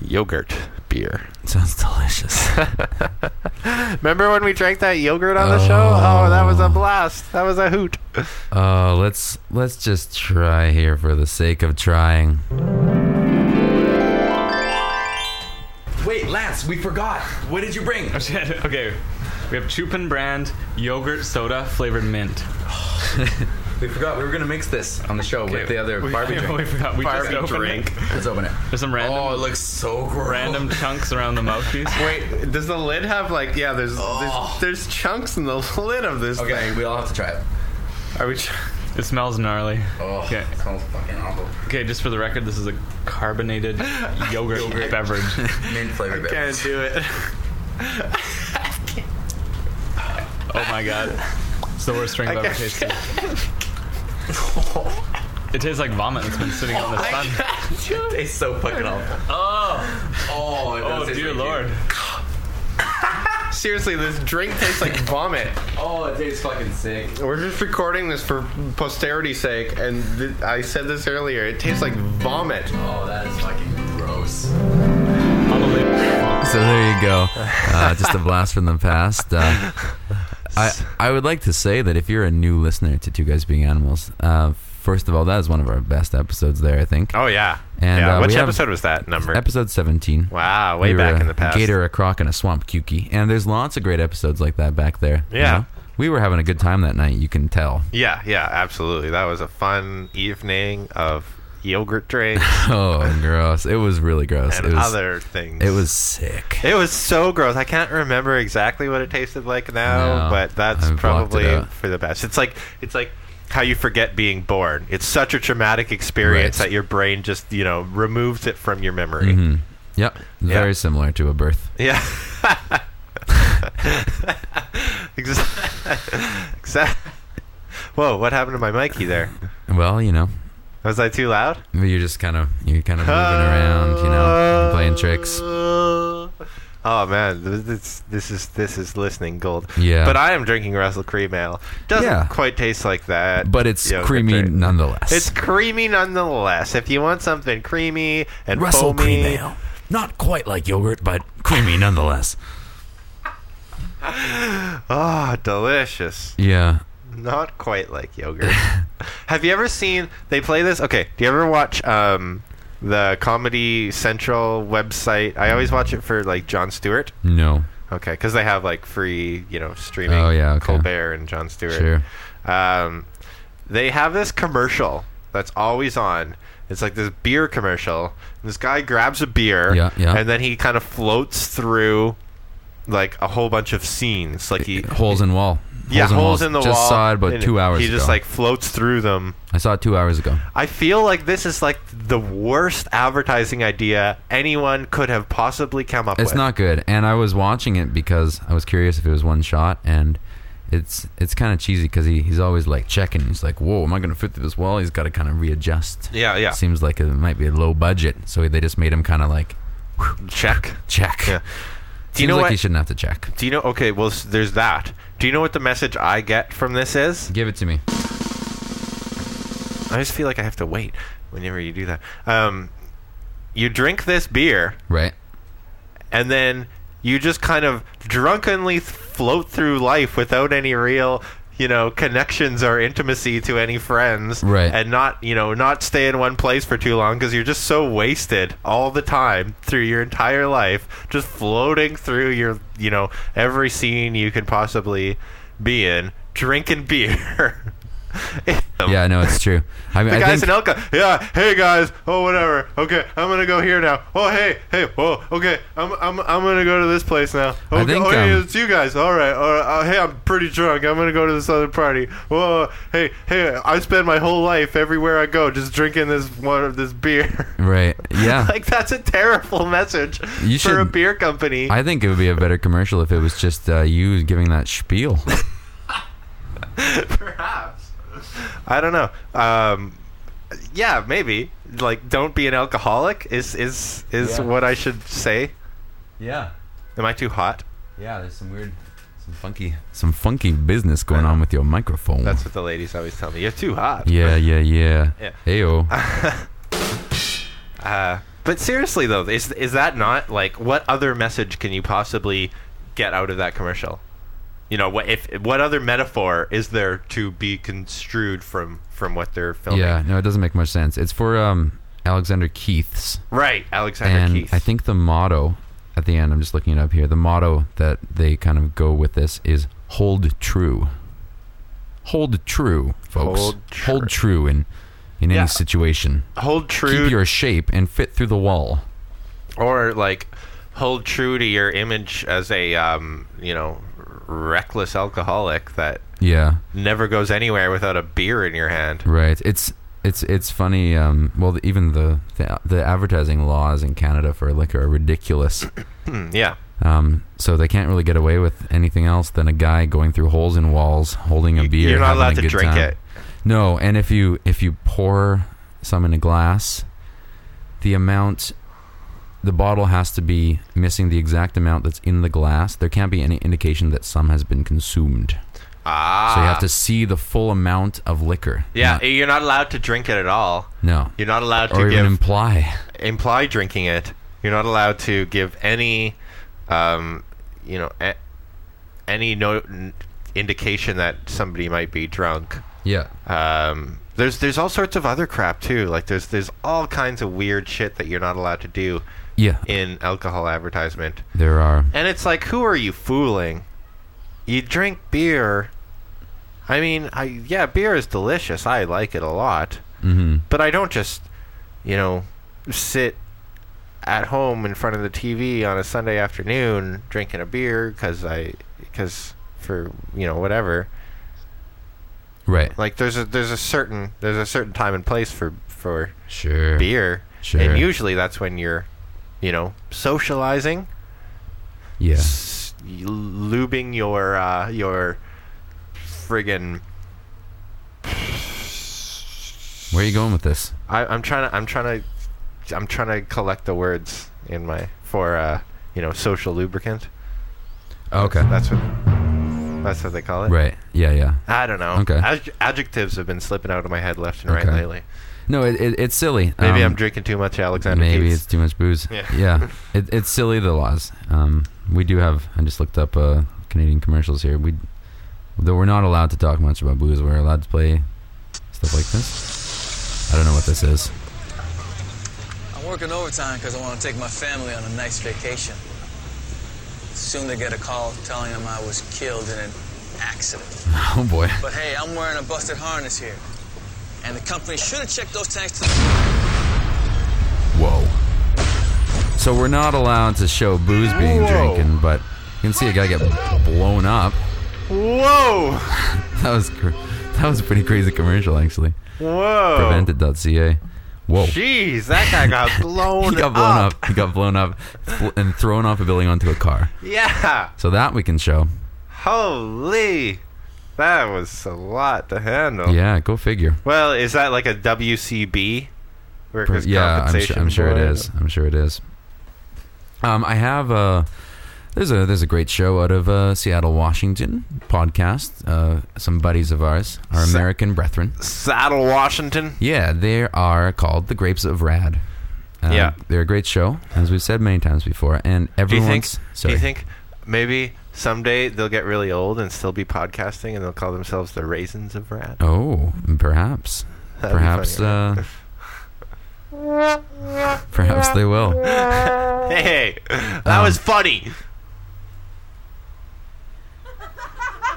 yogurt beer. sounds delicious. Remember when we drank that yogurt on the show? Oh, that was a blast. That was a hoot. Uh, let's let's just try here for the sake of trying. Wait, Lance, we forgot. What did you bring? okay, we have Chupin brand yogurt soda flavored mint. We forgot. We were gonna mix this on the show with the other we, Barbie drink. We forgot. We just opened it. Let's open it. There's some random Oh, it looks so gross. random chunks around the mouthpiece. Wait, does the lid have like yeah? There's there's, there's chunks in the lid of this Oh. Okay, we all have to try it. Are we? It smells gnarly. Oh, Okay. it smells fucking awful. Okay, just for the record, this is a carbonated yogurt, beverage. Mint flavored beer. Can't do it. Oh my god, it's the worst drink I've ever tasted. It tastes like vomit that's been sitting out in the sun. Oh It tastes so fucking awful. Oh, it does Oh taste dear like lord. you. Seriously, this drink tastes like vomit. Oh, it tastes fucking sick. We're just recording this for posterity's sake, and th- I said this earlier. It tastes like vomit. Oh, that is fucking gross. Unbelievable. So there you go. Uh, just a blast from the past. Uh, I I would like to say that if you're a new listener to Two Guys Being Animals, uh, first of all, that is one of our best episodes there, I think. Oh yeah, And, yeah. uh, Which we have- episode was that number? Episode 17. wow, way We were back a in the past. Gator, a croc, and a swamp cukey. And there's lots of great episodes like that back there. you Yeah. know? We were having a good time that night, you can tell. Yeah, yeah, absolutely. That was a fun evening of yogurt drinks Oh, gross. It was really gross. and it was other things. it was sick. It was so gross. I can't remember exactly what it tasted like now, No, but that's I blocked it probably out. for the best. It's like it's like how you forget being born. It's such a traumatic experience Right. that your brain just, you know, removes it from your memory. Mm-hmm. Yep. Very similar to a birth. Yeah. exactly. Whoa, what happened to my Mikey there? Well, you know, Was I too loud? You're just kind of you're kind of moving around, you know, playing tricks. Uh, Oh man, th- this this is this is listening gold. Yeah. but I am drinking Russell Cream Ale. Doesn't Yeah. quite taste like that, But it's Yeah, creamy great. nonetheless. It's creamy nonetheless. If you want something creamy and foamy, Not quite like yogurt, but creamy nonetheless. oh, delicious. Yeah. Not quite like yogurt. Have you ever seen they play this? Okay, do you ever watch um the Comedy Central website? I always watch it for like John Stewart. No. Okay, because they have like free, you know, streaming. Oh, yeah, okay. Colbert and John Stewart. Sure. Um, they have this commercial that's always on. It's like this beer commercial. And this guy grabs a beer, Yeah, yeah. and then he kind of floats through like a whole bunch of scenes. Like he, Holes in wall. yeah, holes, walls. in the Just wall. saw it about and two hours He ago. just like floats through them. I saw it two hours ago. I feel like this is like the worst advertising idea anyone could have possibly come up It's with. not good. And I was watching it because I was curious if it was one shot and it's it's kind of cheesy because he, he's always like checking. He's like, "Whoa, am I going to fit through this wall?" He's got to kind of readjust. Yeah, yeah. Seems like it might be a low budget, so they just made him kind of like Check. check. Yeah. Seems Do you know like what? he shouldn't have to check. Do you know? Okay, well, s- there's that. Do you know what the message I get from this is? Give it to me. I just feel like I have to wait whenever you do that. Um, you drink this beer, Right. and then you just kind of drunkenly th- float through life without any real, you know, connections or intimacy to any friends, Right. And not, you know, not stay in one place for too long because you're just so wasted all the time through your entire life, just floating through your, you know, every scene you could possibly be in, drinking beer. Yeah, no, it's true. I mean, Oh. The I guys think, in Elka, yeah, hey guys, oh whatever, okay, I'm gonna go here now. Oh hey, hey, whoa, okay, I'm I'm, I'm gonna go to this place now. I Okay, think, oh hey, um, it's you guys. All right, all right. Uh, hey, I'm pretty drunk. I'm gonna go to this other party. Whoa, hey, hey, I spend my whole life everywhere I go just drinking this one of this beer. right? Yeah, like that's a terrible message You for a should- beer company. I think it would be a better commercial if it was just uh, you giving that spiel. Perhaps. I don't know. Um, yeah, maybe. Like, don't be an alcoholic is is is Yeah. what I should say. Yeah, Am I too hot? yeah. There's some weird, some funky, some funky business going on with your microphone. That's what the ladies always tell me. You're too hot. yeah, yeah, yeah. Yeah. Heyo. Uh, but seriously though, is is that not like what other message can you possibly get out of that commercial? You know, what if what other metaphor is there to be construed from from what they're filming? Yeah, no, it doesn't make much sense. It's for um, Alexander Keith's. Right, Alexander and Keith. I think the motto at the end, I'm just looking it up here. The motto that they kind of go with this is hold true. Hold true, folks. Hold true. Hold true in in Yeah. any situation. hold true Keep your shape and fit through the wall. or like hold true to your image as a um, you know reckless alcoholic that Yeah, never goes anywhere without a beer in your hand right. It's it's it's funny. Um, well, the, even the, the the advertising laws in Canada for liquor are ridiculous. Hmm, yeah Um, so they can't really get away with anything else than a guy going through holes in walls holding a You- beer. you're not having allowed a to good drink time. it. No, and if you if you pour some in a glass, the amount the bottle has to be missing the exact amount that's in the glass. There can't be any indication that some has been consumed. ah So you have to see the full amount of liquor. yeah Not- you're not allowed to drink it at all no. you're not allowed to Or even give imply. imply drinking it you're not allowed to give any um, you know a- any no n- indication that somebody might be drunk Yeah. Um, there's there's all sorts of other crap too. Like there's there's all kinds of weird shit that you're not allowed to do Yeah. in alcohol advertisement. There are. And it's like, who are you fooling? You drink beer. I mean, I yeah, beer is delicious. I like it a lot. hmm But I don't just, you know, sit at home in front of the TV on a Sunday afternoon drinking a beer because I because for you know whatever. Right. Like there's a there's a certain there's a certain time and place for for Sure. beer, Sure. and usually that's when you're, you know, socializing, Yeah. s- lubing your uh, your friggin' Where are you going with this? I, I'm trying to I'm trying to I'm trying to collect the words in my for uh, you know social lubricant. Okay. That's what that's what they call it. Right. Yeah. Yeah. I don't know. Okay. Ad- adjectives have been slipping out of my head left and right Okay. lately. No, it, it, it's silly. Maybe Um, I'm drinking too much Alexander. Maybe Keith's. it's too much booze. Yeah. Yeah, It, it's silly the laws. Um, we do have. I just looked up uh, Canadian commercials here. We though we're not allowed to talk much about booze. We're allowed to play stuff like this. I don't know what this is. I'm working overtime because I want to take my family on a nice vacation. Soon they get a call telling them I was killed in an accident. Oh boy. But hey, I'm wearing a busted harness here. And the company should have checked those tanks to the Whoa. So we're not allowed to show booze being Whoa. drinking, but you can see a guy get blown up. Whoa! That was cr- that was a pretty crazy commercial actually. Whoa! Prevented.ca. Whoa. Jeez, that guy got blown. he got blown up. He got blown up fl- and thrown off a building onto a car. Yeah. So that we can show. Holy. That was a lot to handle. Yeah, go figure. Well, is that like a WCB? Workers' yeah, I'm, su- compensation I'm sure it board? is. I'm sure it is. Um, I have a there's a there's a great show out of uh, Seattle, Washington podcast. Uh, some buddies of ours, our Sa- American brethren. Saddle Washington. Yeah, they are called the Grapes of Rad. Um, Yeah. they're a great show, as we've said many times before. And Do you think? everyone's sorry. Do you think maybe someday they'll get really old and still be podcasting and they'll call themselves the Raisins of Rat? Oh, perhaps. That'd be perhaps funny, right? uh Perhaps they will. Hey, that Um, was funny.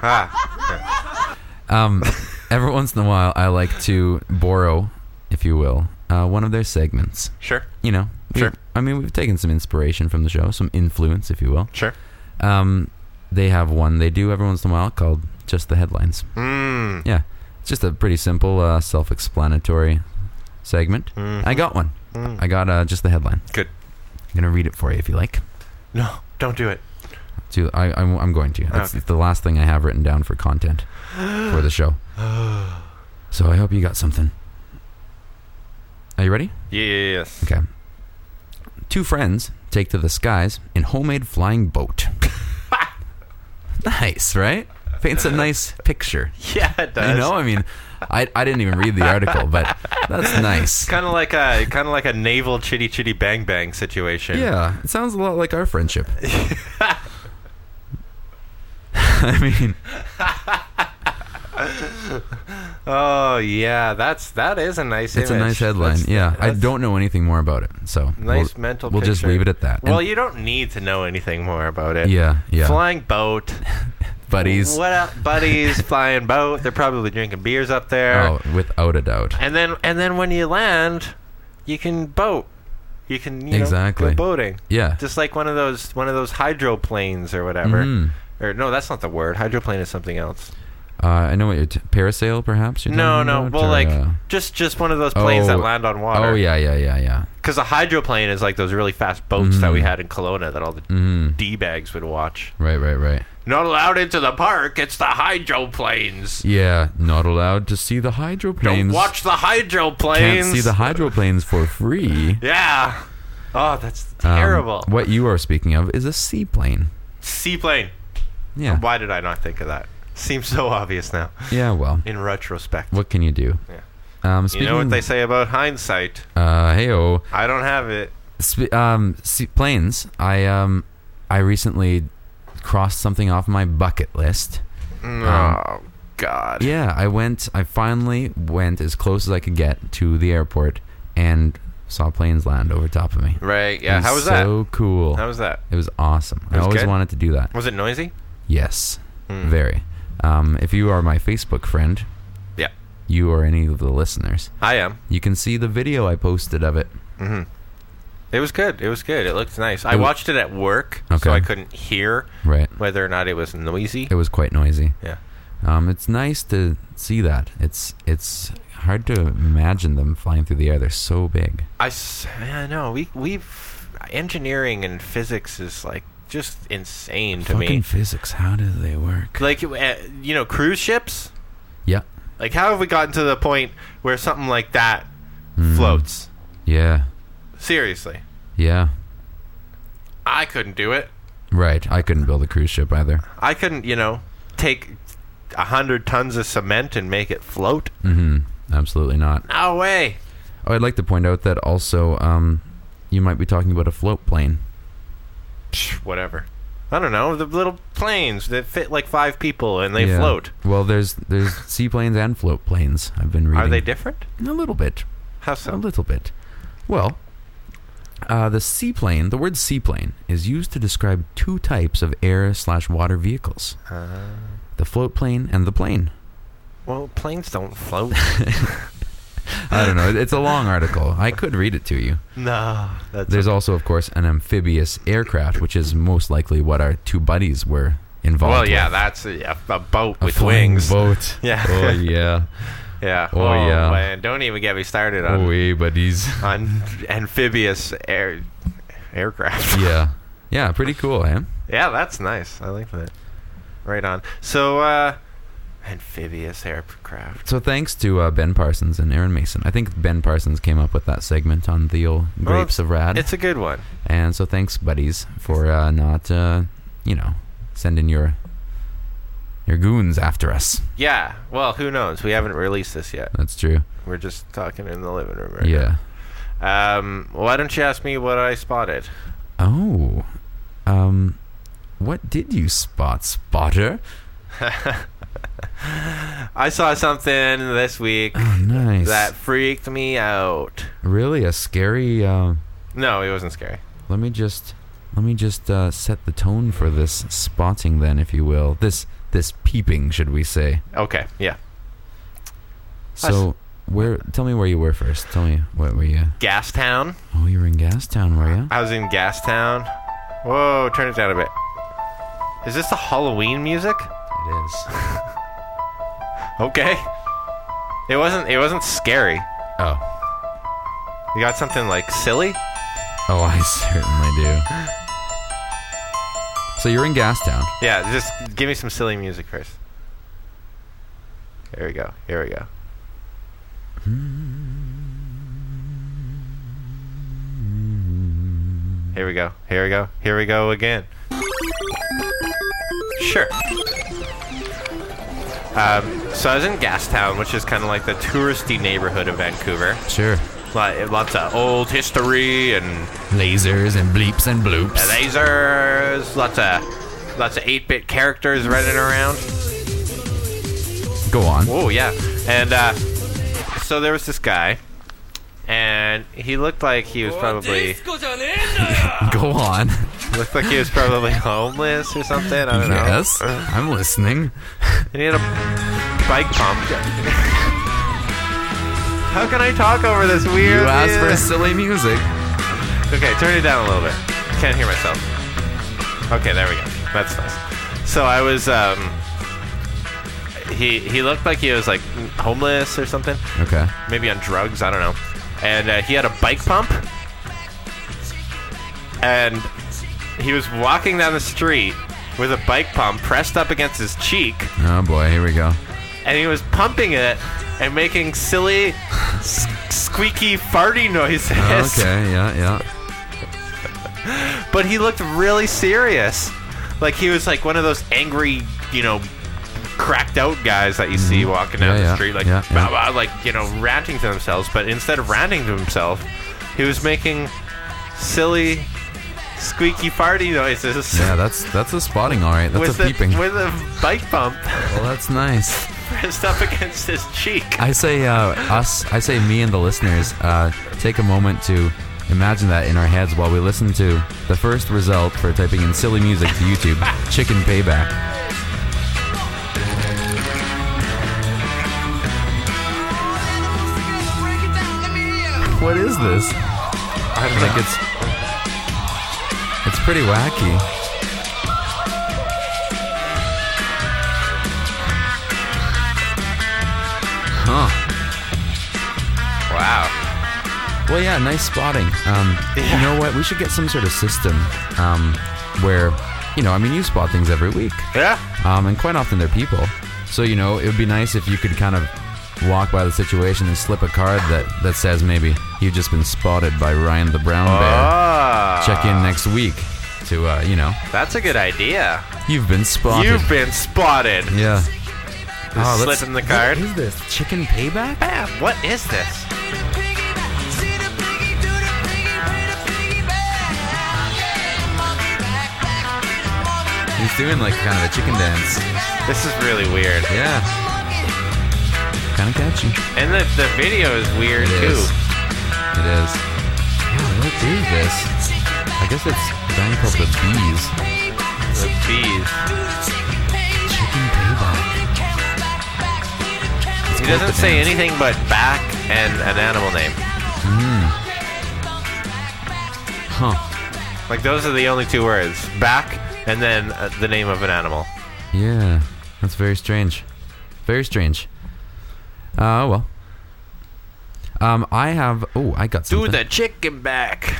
ah, Um every once in a while, I like to borrow, if you will, uh, one of their segments. Sure. You know, we- Sure. I mean, we've taken some inspiration from the show, some influence, if you will. Sure. Um, they have one they do every once in a while called "Just the Headlines." Mm. Yeah, it's just a pretty simple, uh, self-explanatory segment. I got one. mm. I got uh, just the headline. Hmm. Good. I'm gonna read it for you if you like. No, don't do it. To I, I'm, I'm going to. That's Okay. the last thing I have written down for content for the show. so I hope you got something. Are you ready? Yes. Okay. Two friends take to the skies in homemade flying boat. nice, right? Paints a nice picture. Yeah, it does. You know, I mean, I, I didn't even read the article, but that's nice. Kind of like a kind of like a naval chitty chitty bang bang situation. Yeah, it sounds a lot like our friendship. I mean, Oh yeah, that's that is a nice. it's a image. nice headline. That's- yeah, I that's don't know anything more about it, so Nice we'll, mental. We'll just picture. leave it at that. Well, And- you don't need to know anything more about it. yeah, yeah, Flying boat. buddies. What up, buddies? flying boat. They're probably drinking beers up there. Oh, without a doubt. And then and then when you land, you can boat. You can you know, Exactly. go boating. Yeah. Just like one of those one of those hydroplanes or whatever. Mhm. Or no, that's not the word. Hydroplane is something else. Uh, I know what you're t- parasail, perhaps. You're No, talking no. about, Well, or, like uh, just just one of those planes that Oh, land on water. oh yeah, yeah, yeah, yeah. Because a hydroplane is like those really fast boats that we Mhm. had in Kelowna that all the Mm, d bags would watch. right, right, right. Not allowed into the park. It's the hydroplanes. Yeah, not allowed to see the Don't hydroplanes. watch the hydroplanes. Can't see the hydroplanes for free. yeah. Oh, that's Um, terrible. what you are speaking of is a seaplane. Seaplane. Yeah. Why did I not think of that? Seems so obvious now. Yeah. Well, In retrospect. what can you do? Um, you speaking, know what they say about hindsight? Uh, hey-oh. I don't have it. Sp- um, see, planes. I um, I recently crossed something off my bucket list. Um, oh, God. Yeah, I went. I finally went as close as I could get to the airport and saw planes land over top of me. Right. Yeah. It How was that? So cool. How was that? it was awesome. I was always good? wanted to do that. Was it noisy? Yes, Mm. very. Um, if you are my Facebook friend, Yeah. you or any of the listeners, I am. you can see the video I posted of it. It was good. It was good. It looked nice. I It wa- watched it at work, Okay. so I couldn't hear Right. whether or not it was noisy. It was quite noisy. Yeah. Um, it's nice to see that. It's it's hard to imagine them flying through the air. They're so big. I s- yeah, no, we we've engineering and physics is like just insane to Fucking me. physics. How do they work? Like uh, you know, cruise ships. Yeah. Like how have we gotten to the point where something like that Hmm. floats? Yeah. Seriously, Yeah. I couldn't do it. Right. I couldn't build a cruise ship either. I couldn't, you know, take a hundred tons of cement and make it float. hmm Absolutely not. No way. Oh, I'd like to point out that also, um, you might be talking about a float plane. Psh, Whatever. I don't know the little planes that fit like five people and they Yeah. float. Well, there's there's seaplanes and float planes. I've been reading. Are they different? a little bit? How A so? little bit. Well, uh, the seaplane, the word seaplane, is used to describe two types of air slash water vehicles Uh. the float plane and the plane. Well, planes don't float. I don't know. It's a long article. I could read it to you. no, that's There's also, of course, an amphibious aircraft, which is most likely what our two buddies were involved well, yeah, with. that's a, a boat A with flying wings. boat. Yeah. Oh, yeah. Yeah. Oh, yeah. Man, don't even get me started on Oh, hey, buddies. on amphibious air aircraft. Yeah. Yeah, pretty cool, eh? Yeah, that's nice. I like that. Right on. So, uh, amphibious aircraft. So thanks to uh, Ben Parsons and Aaron Mason. I think Ben Parsons came up with that segment on the old Well, Grapes of Rad. It's a good one. And so thanks, buddies, for uh, not, uh, you know, sending your your goons after us. Yeah. Well, who knows? We haven't released this yet. That's true. We're just talking in the living room right Yeah. now. Um, why don't you ask me what I spotted? Oh. Um. What did you spot, Spotter? I saw something this week Oh, nice. that freaked me out. really a scary. Uh, No, it wasn't scary. let me just let me just uh, set the tone for this spotting, then, if you will. This this peeping, should we say? Okay, yeah. So where? Tell me where you were first. Tell me what were you? Gastown. Oh, you were in Gastown, were you? I was in Gastown. Whoa, turn it down a bit. Is this the Halloween music? It is. Okay. It wasn't. It wasn't scary. Oh, You got something like silly. oh, I certainly do. So you're in Gastown. Yeah, just give me some silly music first. Here we go. Here we go. Here we go. Here we go. Here we go again. Sure. Um, so I was in Gastown, which is kind of like the touristy neighborhood of Vancouver. Sure. Like, lots of old history and Lasers and bleeps and bloops. lasers, lots of lots of 8-bit characters running around. Go on. Oh yeah, and uh, so there was this guy, and he looked like he was probably Go on. looked like he was probably homeless or something. I don't know. Yes, I'm listening. And he had a bike pump. How can I talk over this You weird? asked for silly music. Okay, turn it down a little bit. Can't hear myself. Okay, there we go. That's nice. So I was um he he looked like he was like homeless or something. Okay. maybe on drugs. I don't know. And uh, he had a bike pump, and he was walking down the street with a bike pump pressed up against his cheek, Oh boy, here we go. and he was pumping it and making silly, s- squeaky, farty noises. Okay. Yeah. Yeah. But he looked really serious, like he was like one of those angry, you know. Cracked out guys that you see walking Mm-hmm. down Yeah, the yeah, street, like yeah, yeah. blah, blah, like you know, ranting to themselves. But instead of ranting to himself, he was making silly, squeaky, farty noises Yeah. That's that's a spotting. All right. That's with a peeping. a with a bike pump well, that's nice. pressed up against his cheek. I say uh, us. I say me and the listeners uh, take a moment to imagine that in our heads while we listen to the first result for typing in silly music to YouTube: chicken payback. What is this? I think it's it's pretty wacky. Huh. Wow. Well, yeah, nice spotting. Um, You know what? We should get some sort of system um, where, you know, I mean, you spot things every week, Yeah. um, and quite often they're people. So, you know, it would be nice if you could kind of walk by the situation and slip a card that, that says maybe you've just been spotted by Ryan the Brown Bear. Ah, Check in next week to, uh, you know, that's a good idea. you've been spotted. You've been spotted. yeah. Ah, let's- Slipping the card. What is this? Chicken payback? Bam, what is this? He's doing like kind of a chicken dance. This is really weird. Yeah. Kind of catchy. And the, the video is weird It too. is. It is. Yeah, what is this? I guess it's a band called The Bees. The bees. Chicken Payback. He doesn't say anything but back and an animal name. Huh. Like those are the only two words. Back and then uh, the name of an animal. Yeah, that's very strange. Very strange. Uh, well. Um, I have. Oh, I got Do something. the chicken back.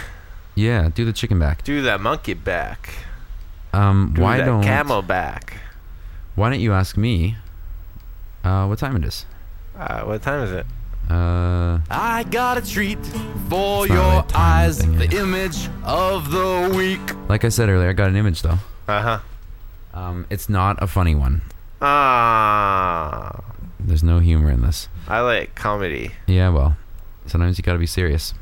Yeah, do the chicken back. Do the monkey back. Um, Do why the don't camel back. Why don't you ask me? Uh, what time it is? Uh, what time is it? Uh, I got a treat for It's not really your a time eyes. thing, The is it? image of the week. like I said earlier, I got an image though. Uh huh. Um, it's not a funny one. Ah, There's no humor in this. I like comedy. Yeah, well, sometimes you got to be serious.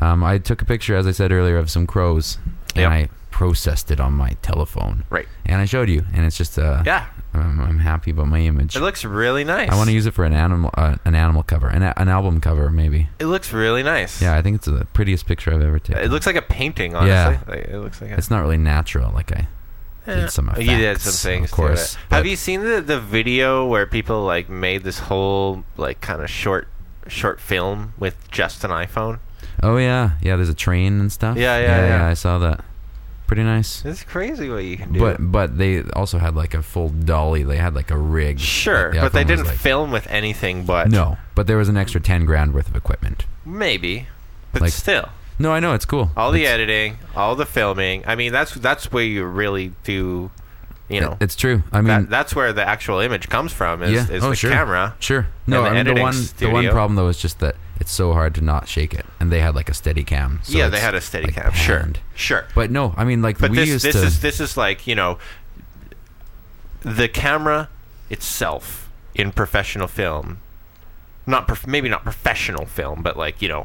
Um, I took a picture, as I said earlier, of some crows, and Yep. I processed it on my telephone. Right. And I showed you, and it's just uh, Yeah. I'm, I'm happy about my image. It looks really nice. I want to use it for an animal, uh, an animal cover, an, an album cover, maybe. It looks really nice. Yeah, I think it's the prettiest picture I've ever taken. It looks like a eh. painting, honestly. Yeah. Like, it looks like a, it's not really natural, like I. did some effects. You did some things. of to course. it. but- Have you seen the the video where people like made this whole like kind of short short film with just an iPhone? Oh yeah, yeah. There's a train and stuff. Yeah, yeah, yeah. I saw that. Pretty nice. It's crazy what you can do. But but they also had like a full dolly. They had like a rig. sure, The but iPhone they was didn't like- film with anything but No, but there was an extra ten grand worth of equipment. maybe. But Like- still, No, I know it's cool. all the It's- editing, all the filming. I mean, that's that's where you really do, you know. It's true. I mean, that, that's where the actual image comes from is, yeah. is oh the sure. camera. Sure. No, the I mean the editing one the one studio. problem though is just that it's so hard to not shake it, and they had like a steady cam. So yeah, they it's, had a steady like, cam. Sure. hand. Sure. But no, I mean like But we this used this to. is this is like you know, the camera itself in professional film, not prof- maybe not professional film, but like you know,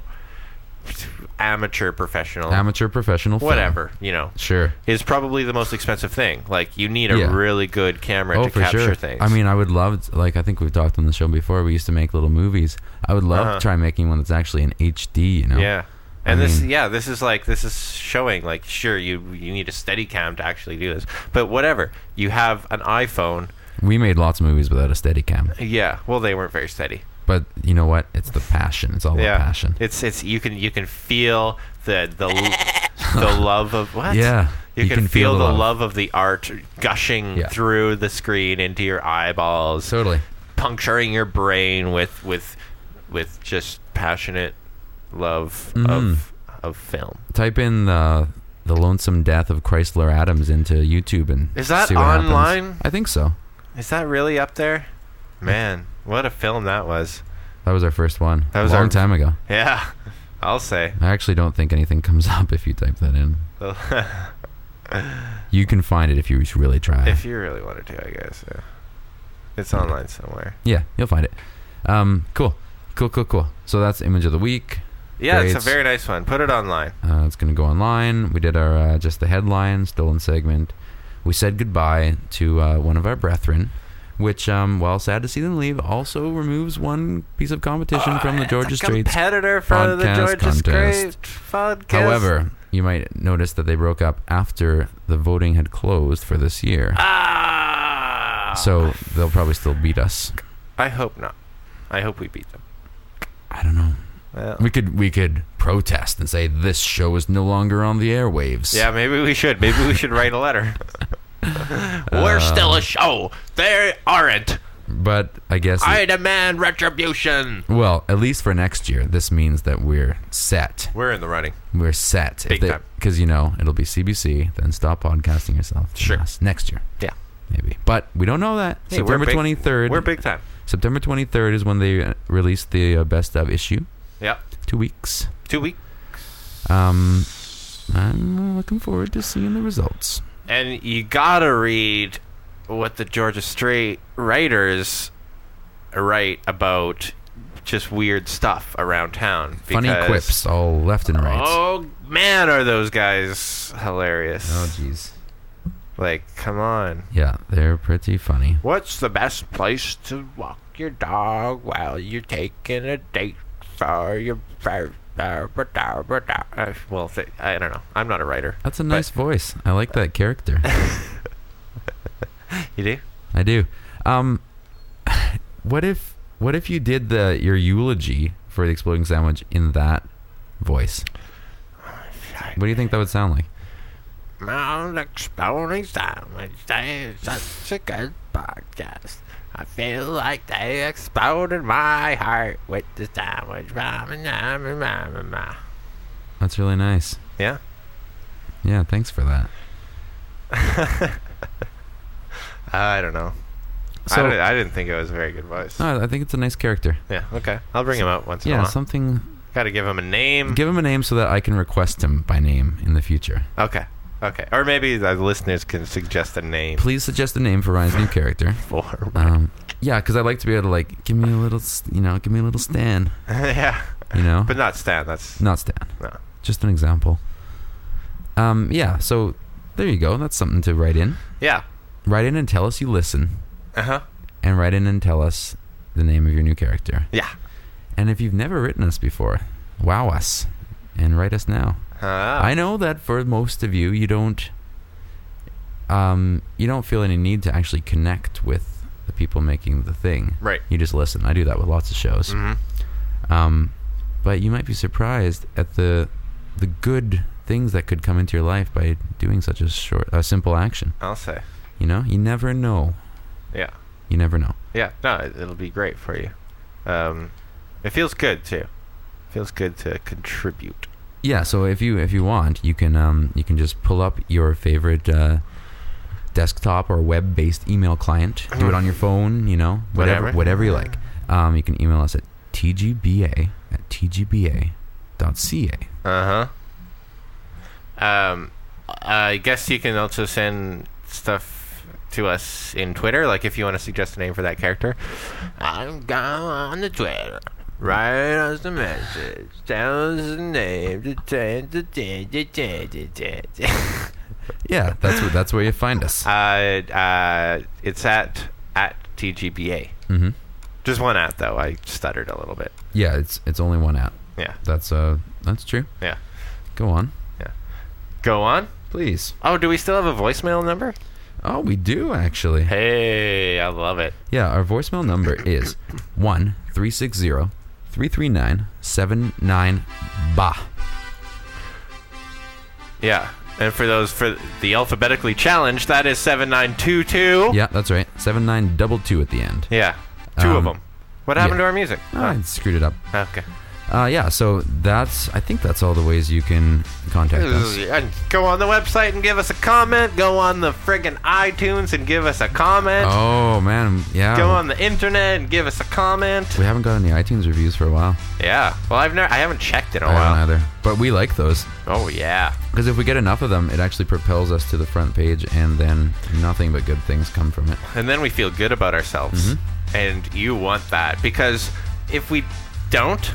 amateur professional, amateur professional. film. whatever you know, Sure. is probably the most expensive thing. Like you need a Yeah. Oh, really good camera to capture things. I mean, I would love to- like I think we've talked on the show before. We used to make little movies. I would love Uh-huh. to try making one that's actually in HD. You know? yeah. And this, mean- yeah, this is like this is showing like sure you you need a steady cam to actually do this, but whatever you have an iPhone, We made lots of movies without a Steadicam, yeah. Well, they weren't very steady. but you know what? It's the passion. It's all about yeah. passion. It's it's you can you can feel the the l- the love of what? Yeah, You, can, feel, the love. of the art gushing Yeah. through the screen into your eyeballs, Totally. puncturing your brain with with with just passionate love Mhm. of of film. Type in the the lonesome death of Chrysler Adams into YouTube and Is that see what happens. online? I think so. Is that really up there? Man, what a film that was. That was our first one. That was a long our- time ago. Yeah. I'll say. I actually don't think anything comes up if you type that in. You can find it if you really try. if you really wanted to, I guess. Yeah. It's online somewhere. Yeah, you'll find it. Um, cool, cool, cool, cool. So that's image of the week. Yeah, it's Grades. a very nice one. Put it online. Uh, it's going to go online. We did our uh, just the headline stolen segment. We said goodbye to uh, one of our brethren, which, um, while sad to see them leave, also removes one piece of competition from Oh, the Georgia Straits. competitor from the podcast Georgia contest. Strait podcast. However, you might notice that they broke up after the voting had closed for this year. ah, So they'll probably still beat us. I hope not. I hope we beat them. I don't know. Well, We could we could protest and say this show is no longer on the airwaves. yeah, maybe we should. Maybe we should write a letter. Uh. We're still a show. They aren't. But I guess it- I demand retribution. Well, at least for next year, this means that we're set. We're in the running. We're set. Big time. Because, you know, it'll be CBC, then stop podcasting yourself. to Sure. us next year, Yeah. maybe. But we don't know that. Hey, we're September big- 23rd. We're big time. September 23rd is when they uh, released the uh, best of issue. Yeah. Two weeks. Two weeks. Um, I'm looking forward to seeing the results. and you gotta read what the Georgia Strait writers write about just weird stuff around town. Funny because- quips all left and right. Oh man, are those guys hilarious? Oh, jeez. like, come on. Yeah, they're pretty funny. What's the best place to walk your dog while you're taking a date for your first? Uh, Well, th- I don't know. I'm not a writer. That's a nice voice. I like that character. You do? I do. Um, what if what if you did the your eulogy for the exploding sandwich in that voice? What do you think that would sound like? Mount Exploding Sandwich Day is such a good podcast. I feel like they exploded my heart with the sandwich. Mama, mama, mama, mama. That's really nice. Yeah. Yeah, thanks for that. I don't know. I, So don't- I didn't think it was a very good voice. no, I think it's a nice character. Yeah, okay. I'll bring him out once in a Mm. Yeah, while. something. Gotta give him a name. Give him a name so that I can request him by name in the future. okay, okay. Or maybe the listeners can suggest a name Please suggest a name for Ryan's new character. for him. Um, yeah, because I like to be able to like give me a little, s- you know, give me a little Stan, yeah. you know. But not Stan, that's... Not Stan. No. Just an example. Um, yeah, so there you go. That's something to write in. Yeah. Write in and tell us you listen, Uh-huh. and write in and tell us the name of your new character. Yeah. And if you've never written us before, wow us and write us now. Ah. I know that for most of you, you don't um, you don't feel any need to actually connect with the people making the thing. Right. You just listen. I do that with lots of shows. Mm-hmm. Um, but you might be surprised at the the good things that could come into your life by doing such a short, a simple action. I'll say. You know, you never know. Yeah. You never know. Yeah. No, it- it'll be great for you. Um, it feels good too. Feels good to contribute. Yeah, so if you if you want, you can um, you can just pull up your favorite uh, desktop or web based email client. Do it on your phone, you know, whatever Whatever. whatever, you like. Um, you can email us at tgba at tgba.ca. Uh huh. Um, I guess you can also send stuff to us in Twitter. Like if you want to suggest a name for that character, I'm going on the Twitter. Write us a message. Tell us the name. Yeah, that's where, that's where you find us. uh, uh, it's at at TGBA. hmm Just one at though. I stuttered a little bit. Yeah, it's it's only one app. Yeah. That's uh that's true. Yeah. Go on, Go on. please. Oh, do we still have a voicemail number? Oh, we do actually. Hey, I love it. Yeah, our voicemail number is 1 360 339 79 Bah. Yeah. And for those for the alphabetically challenged, that is 7922. Yeah, that's right. 7922 at the end. Yeah. Two of Um, them. What happened yeah. to our music? Ah, I screwed it up. Oh, okay. Uh, yeah, so that's, I think that's all the ways you can contact us. And Go on the website and give us a comment. Go on the friggin' iTunes and give us a comment. Oh, man. Yeah. Go on the internet and give us a comment. We haven't gotten any iTunes reviews for a while. Yeah. Well, I've never, I haven't checked in a I haven't while. either. But we like those. Oh yeah. Because if we get enough of them, it actually propels us to the front page, and then nothing but good things come from it. and then we feel good about ourselves. Mm-hmm. And you want that because if we don't,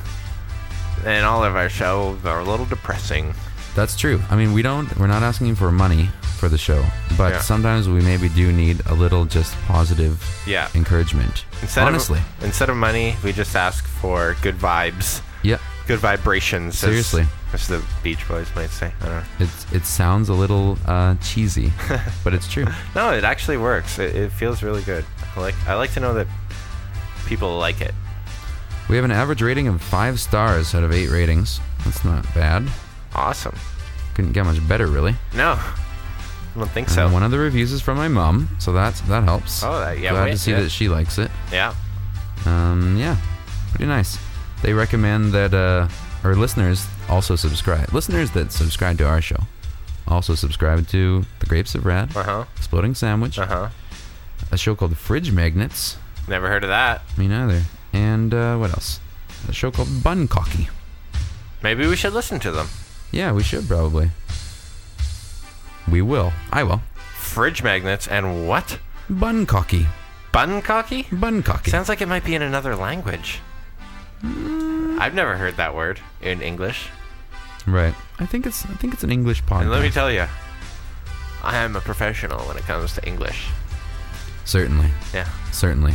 then all of our shows are a little depressing. That's true. I mean, we don't. We're not asking for money for the show, but Yeah. sometimes we maybe do need a little just positive Yeah. encouragement. Instead Honestly, of, instead of money, we just ask for good vibes, yeah. good vibrations. as- Seriously. as, the Beach Boys might say. I don't know. It it sounds a little uh, cheesy, but it's true. No, it actually works. It, it feels really good. I like I like to know that people like it. We have an average rating of five stars out of eight ratings. That's not bad. Awesome. Couldn't get much better, really. No, I don't think so. So one of the reviews is from my mom, so that's that helps. Oh, that- yeah, Glad wait, to see yeah. that she likes it. yeah. Um, yeah, pretty nice. They recommend that uh, our listeners also subscribe. Listeners that subscribe to our show also subscribe to The Grapes of Rad, Uh huh. Exploding Sandwich, Uh huh. a show called Fridge Magnets. Never heard of that. Me neither. And uh, what else? A show called Bun Cocky. Maybe we should listen to them. Yeah, we should probably. We will. I will. Fridge magnets and what? Bun Cocky. Bun cocky? Bun Cocky. Sounds like it might be in another language. I've never heard that word in English. right. I think it's I think it's an English podcast. And let me tell you, I am a professional when it comes to English. certainly, Yeah. certainly.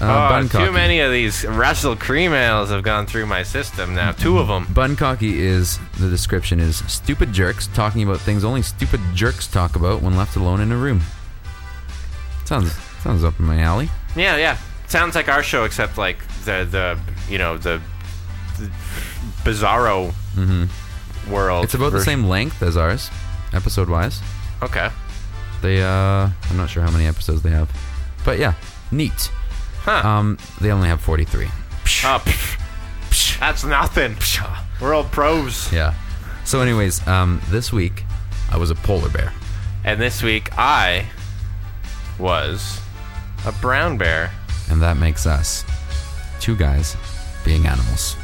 Uh, oh, Bun too Cocky. many of these Russell cream ales have gone through my system now. Mm-hmm. Two of them. Buncocky is the description is stupid jerks talking about things only stupid jerks talk about when left alone in a room. Sounds sounds up in my alley. Yeah, yeah. Sounds like our show, except like the the you know the, the bizarro world. Mm-hmm. It's about the version. same length as ours, episode wise. Okay. They uh, I'm not sure how many episodes they have, but yeah, neat. Huh. Um, they only have 43. Ah, pff. That's nothing. We're all pros. Yeah. So, anyways, um, this week I was a polar bear. And this week I was a brown bear. and that makes us two guys being animals.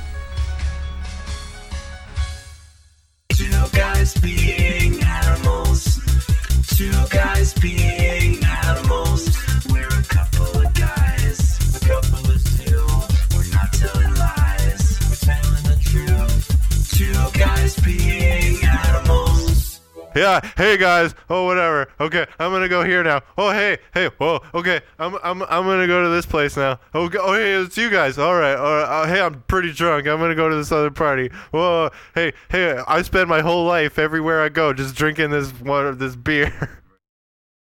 Yeah, hey guys. Oh, whatever. Okay, I'm gonna go here now. Oh, hey, hey. Whoa. Okay, I'm I'm I'm gonna go to this place now. Oh, go, oh hey, it's you guys. All right. All right. Uh, hey, I'm pretty drunk. I'm gonna go to this other party. Whoa. Hey, hey. I spend my whole life everywhere I go just drinking this one this beer.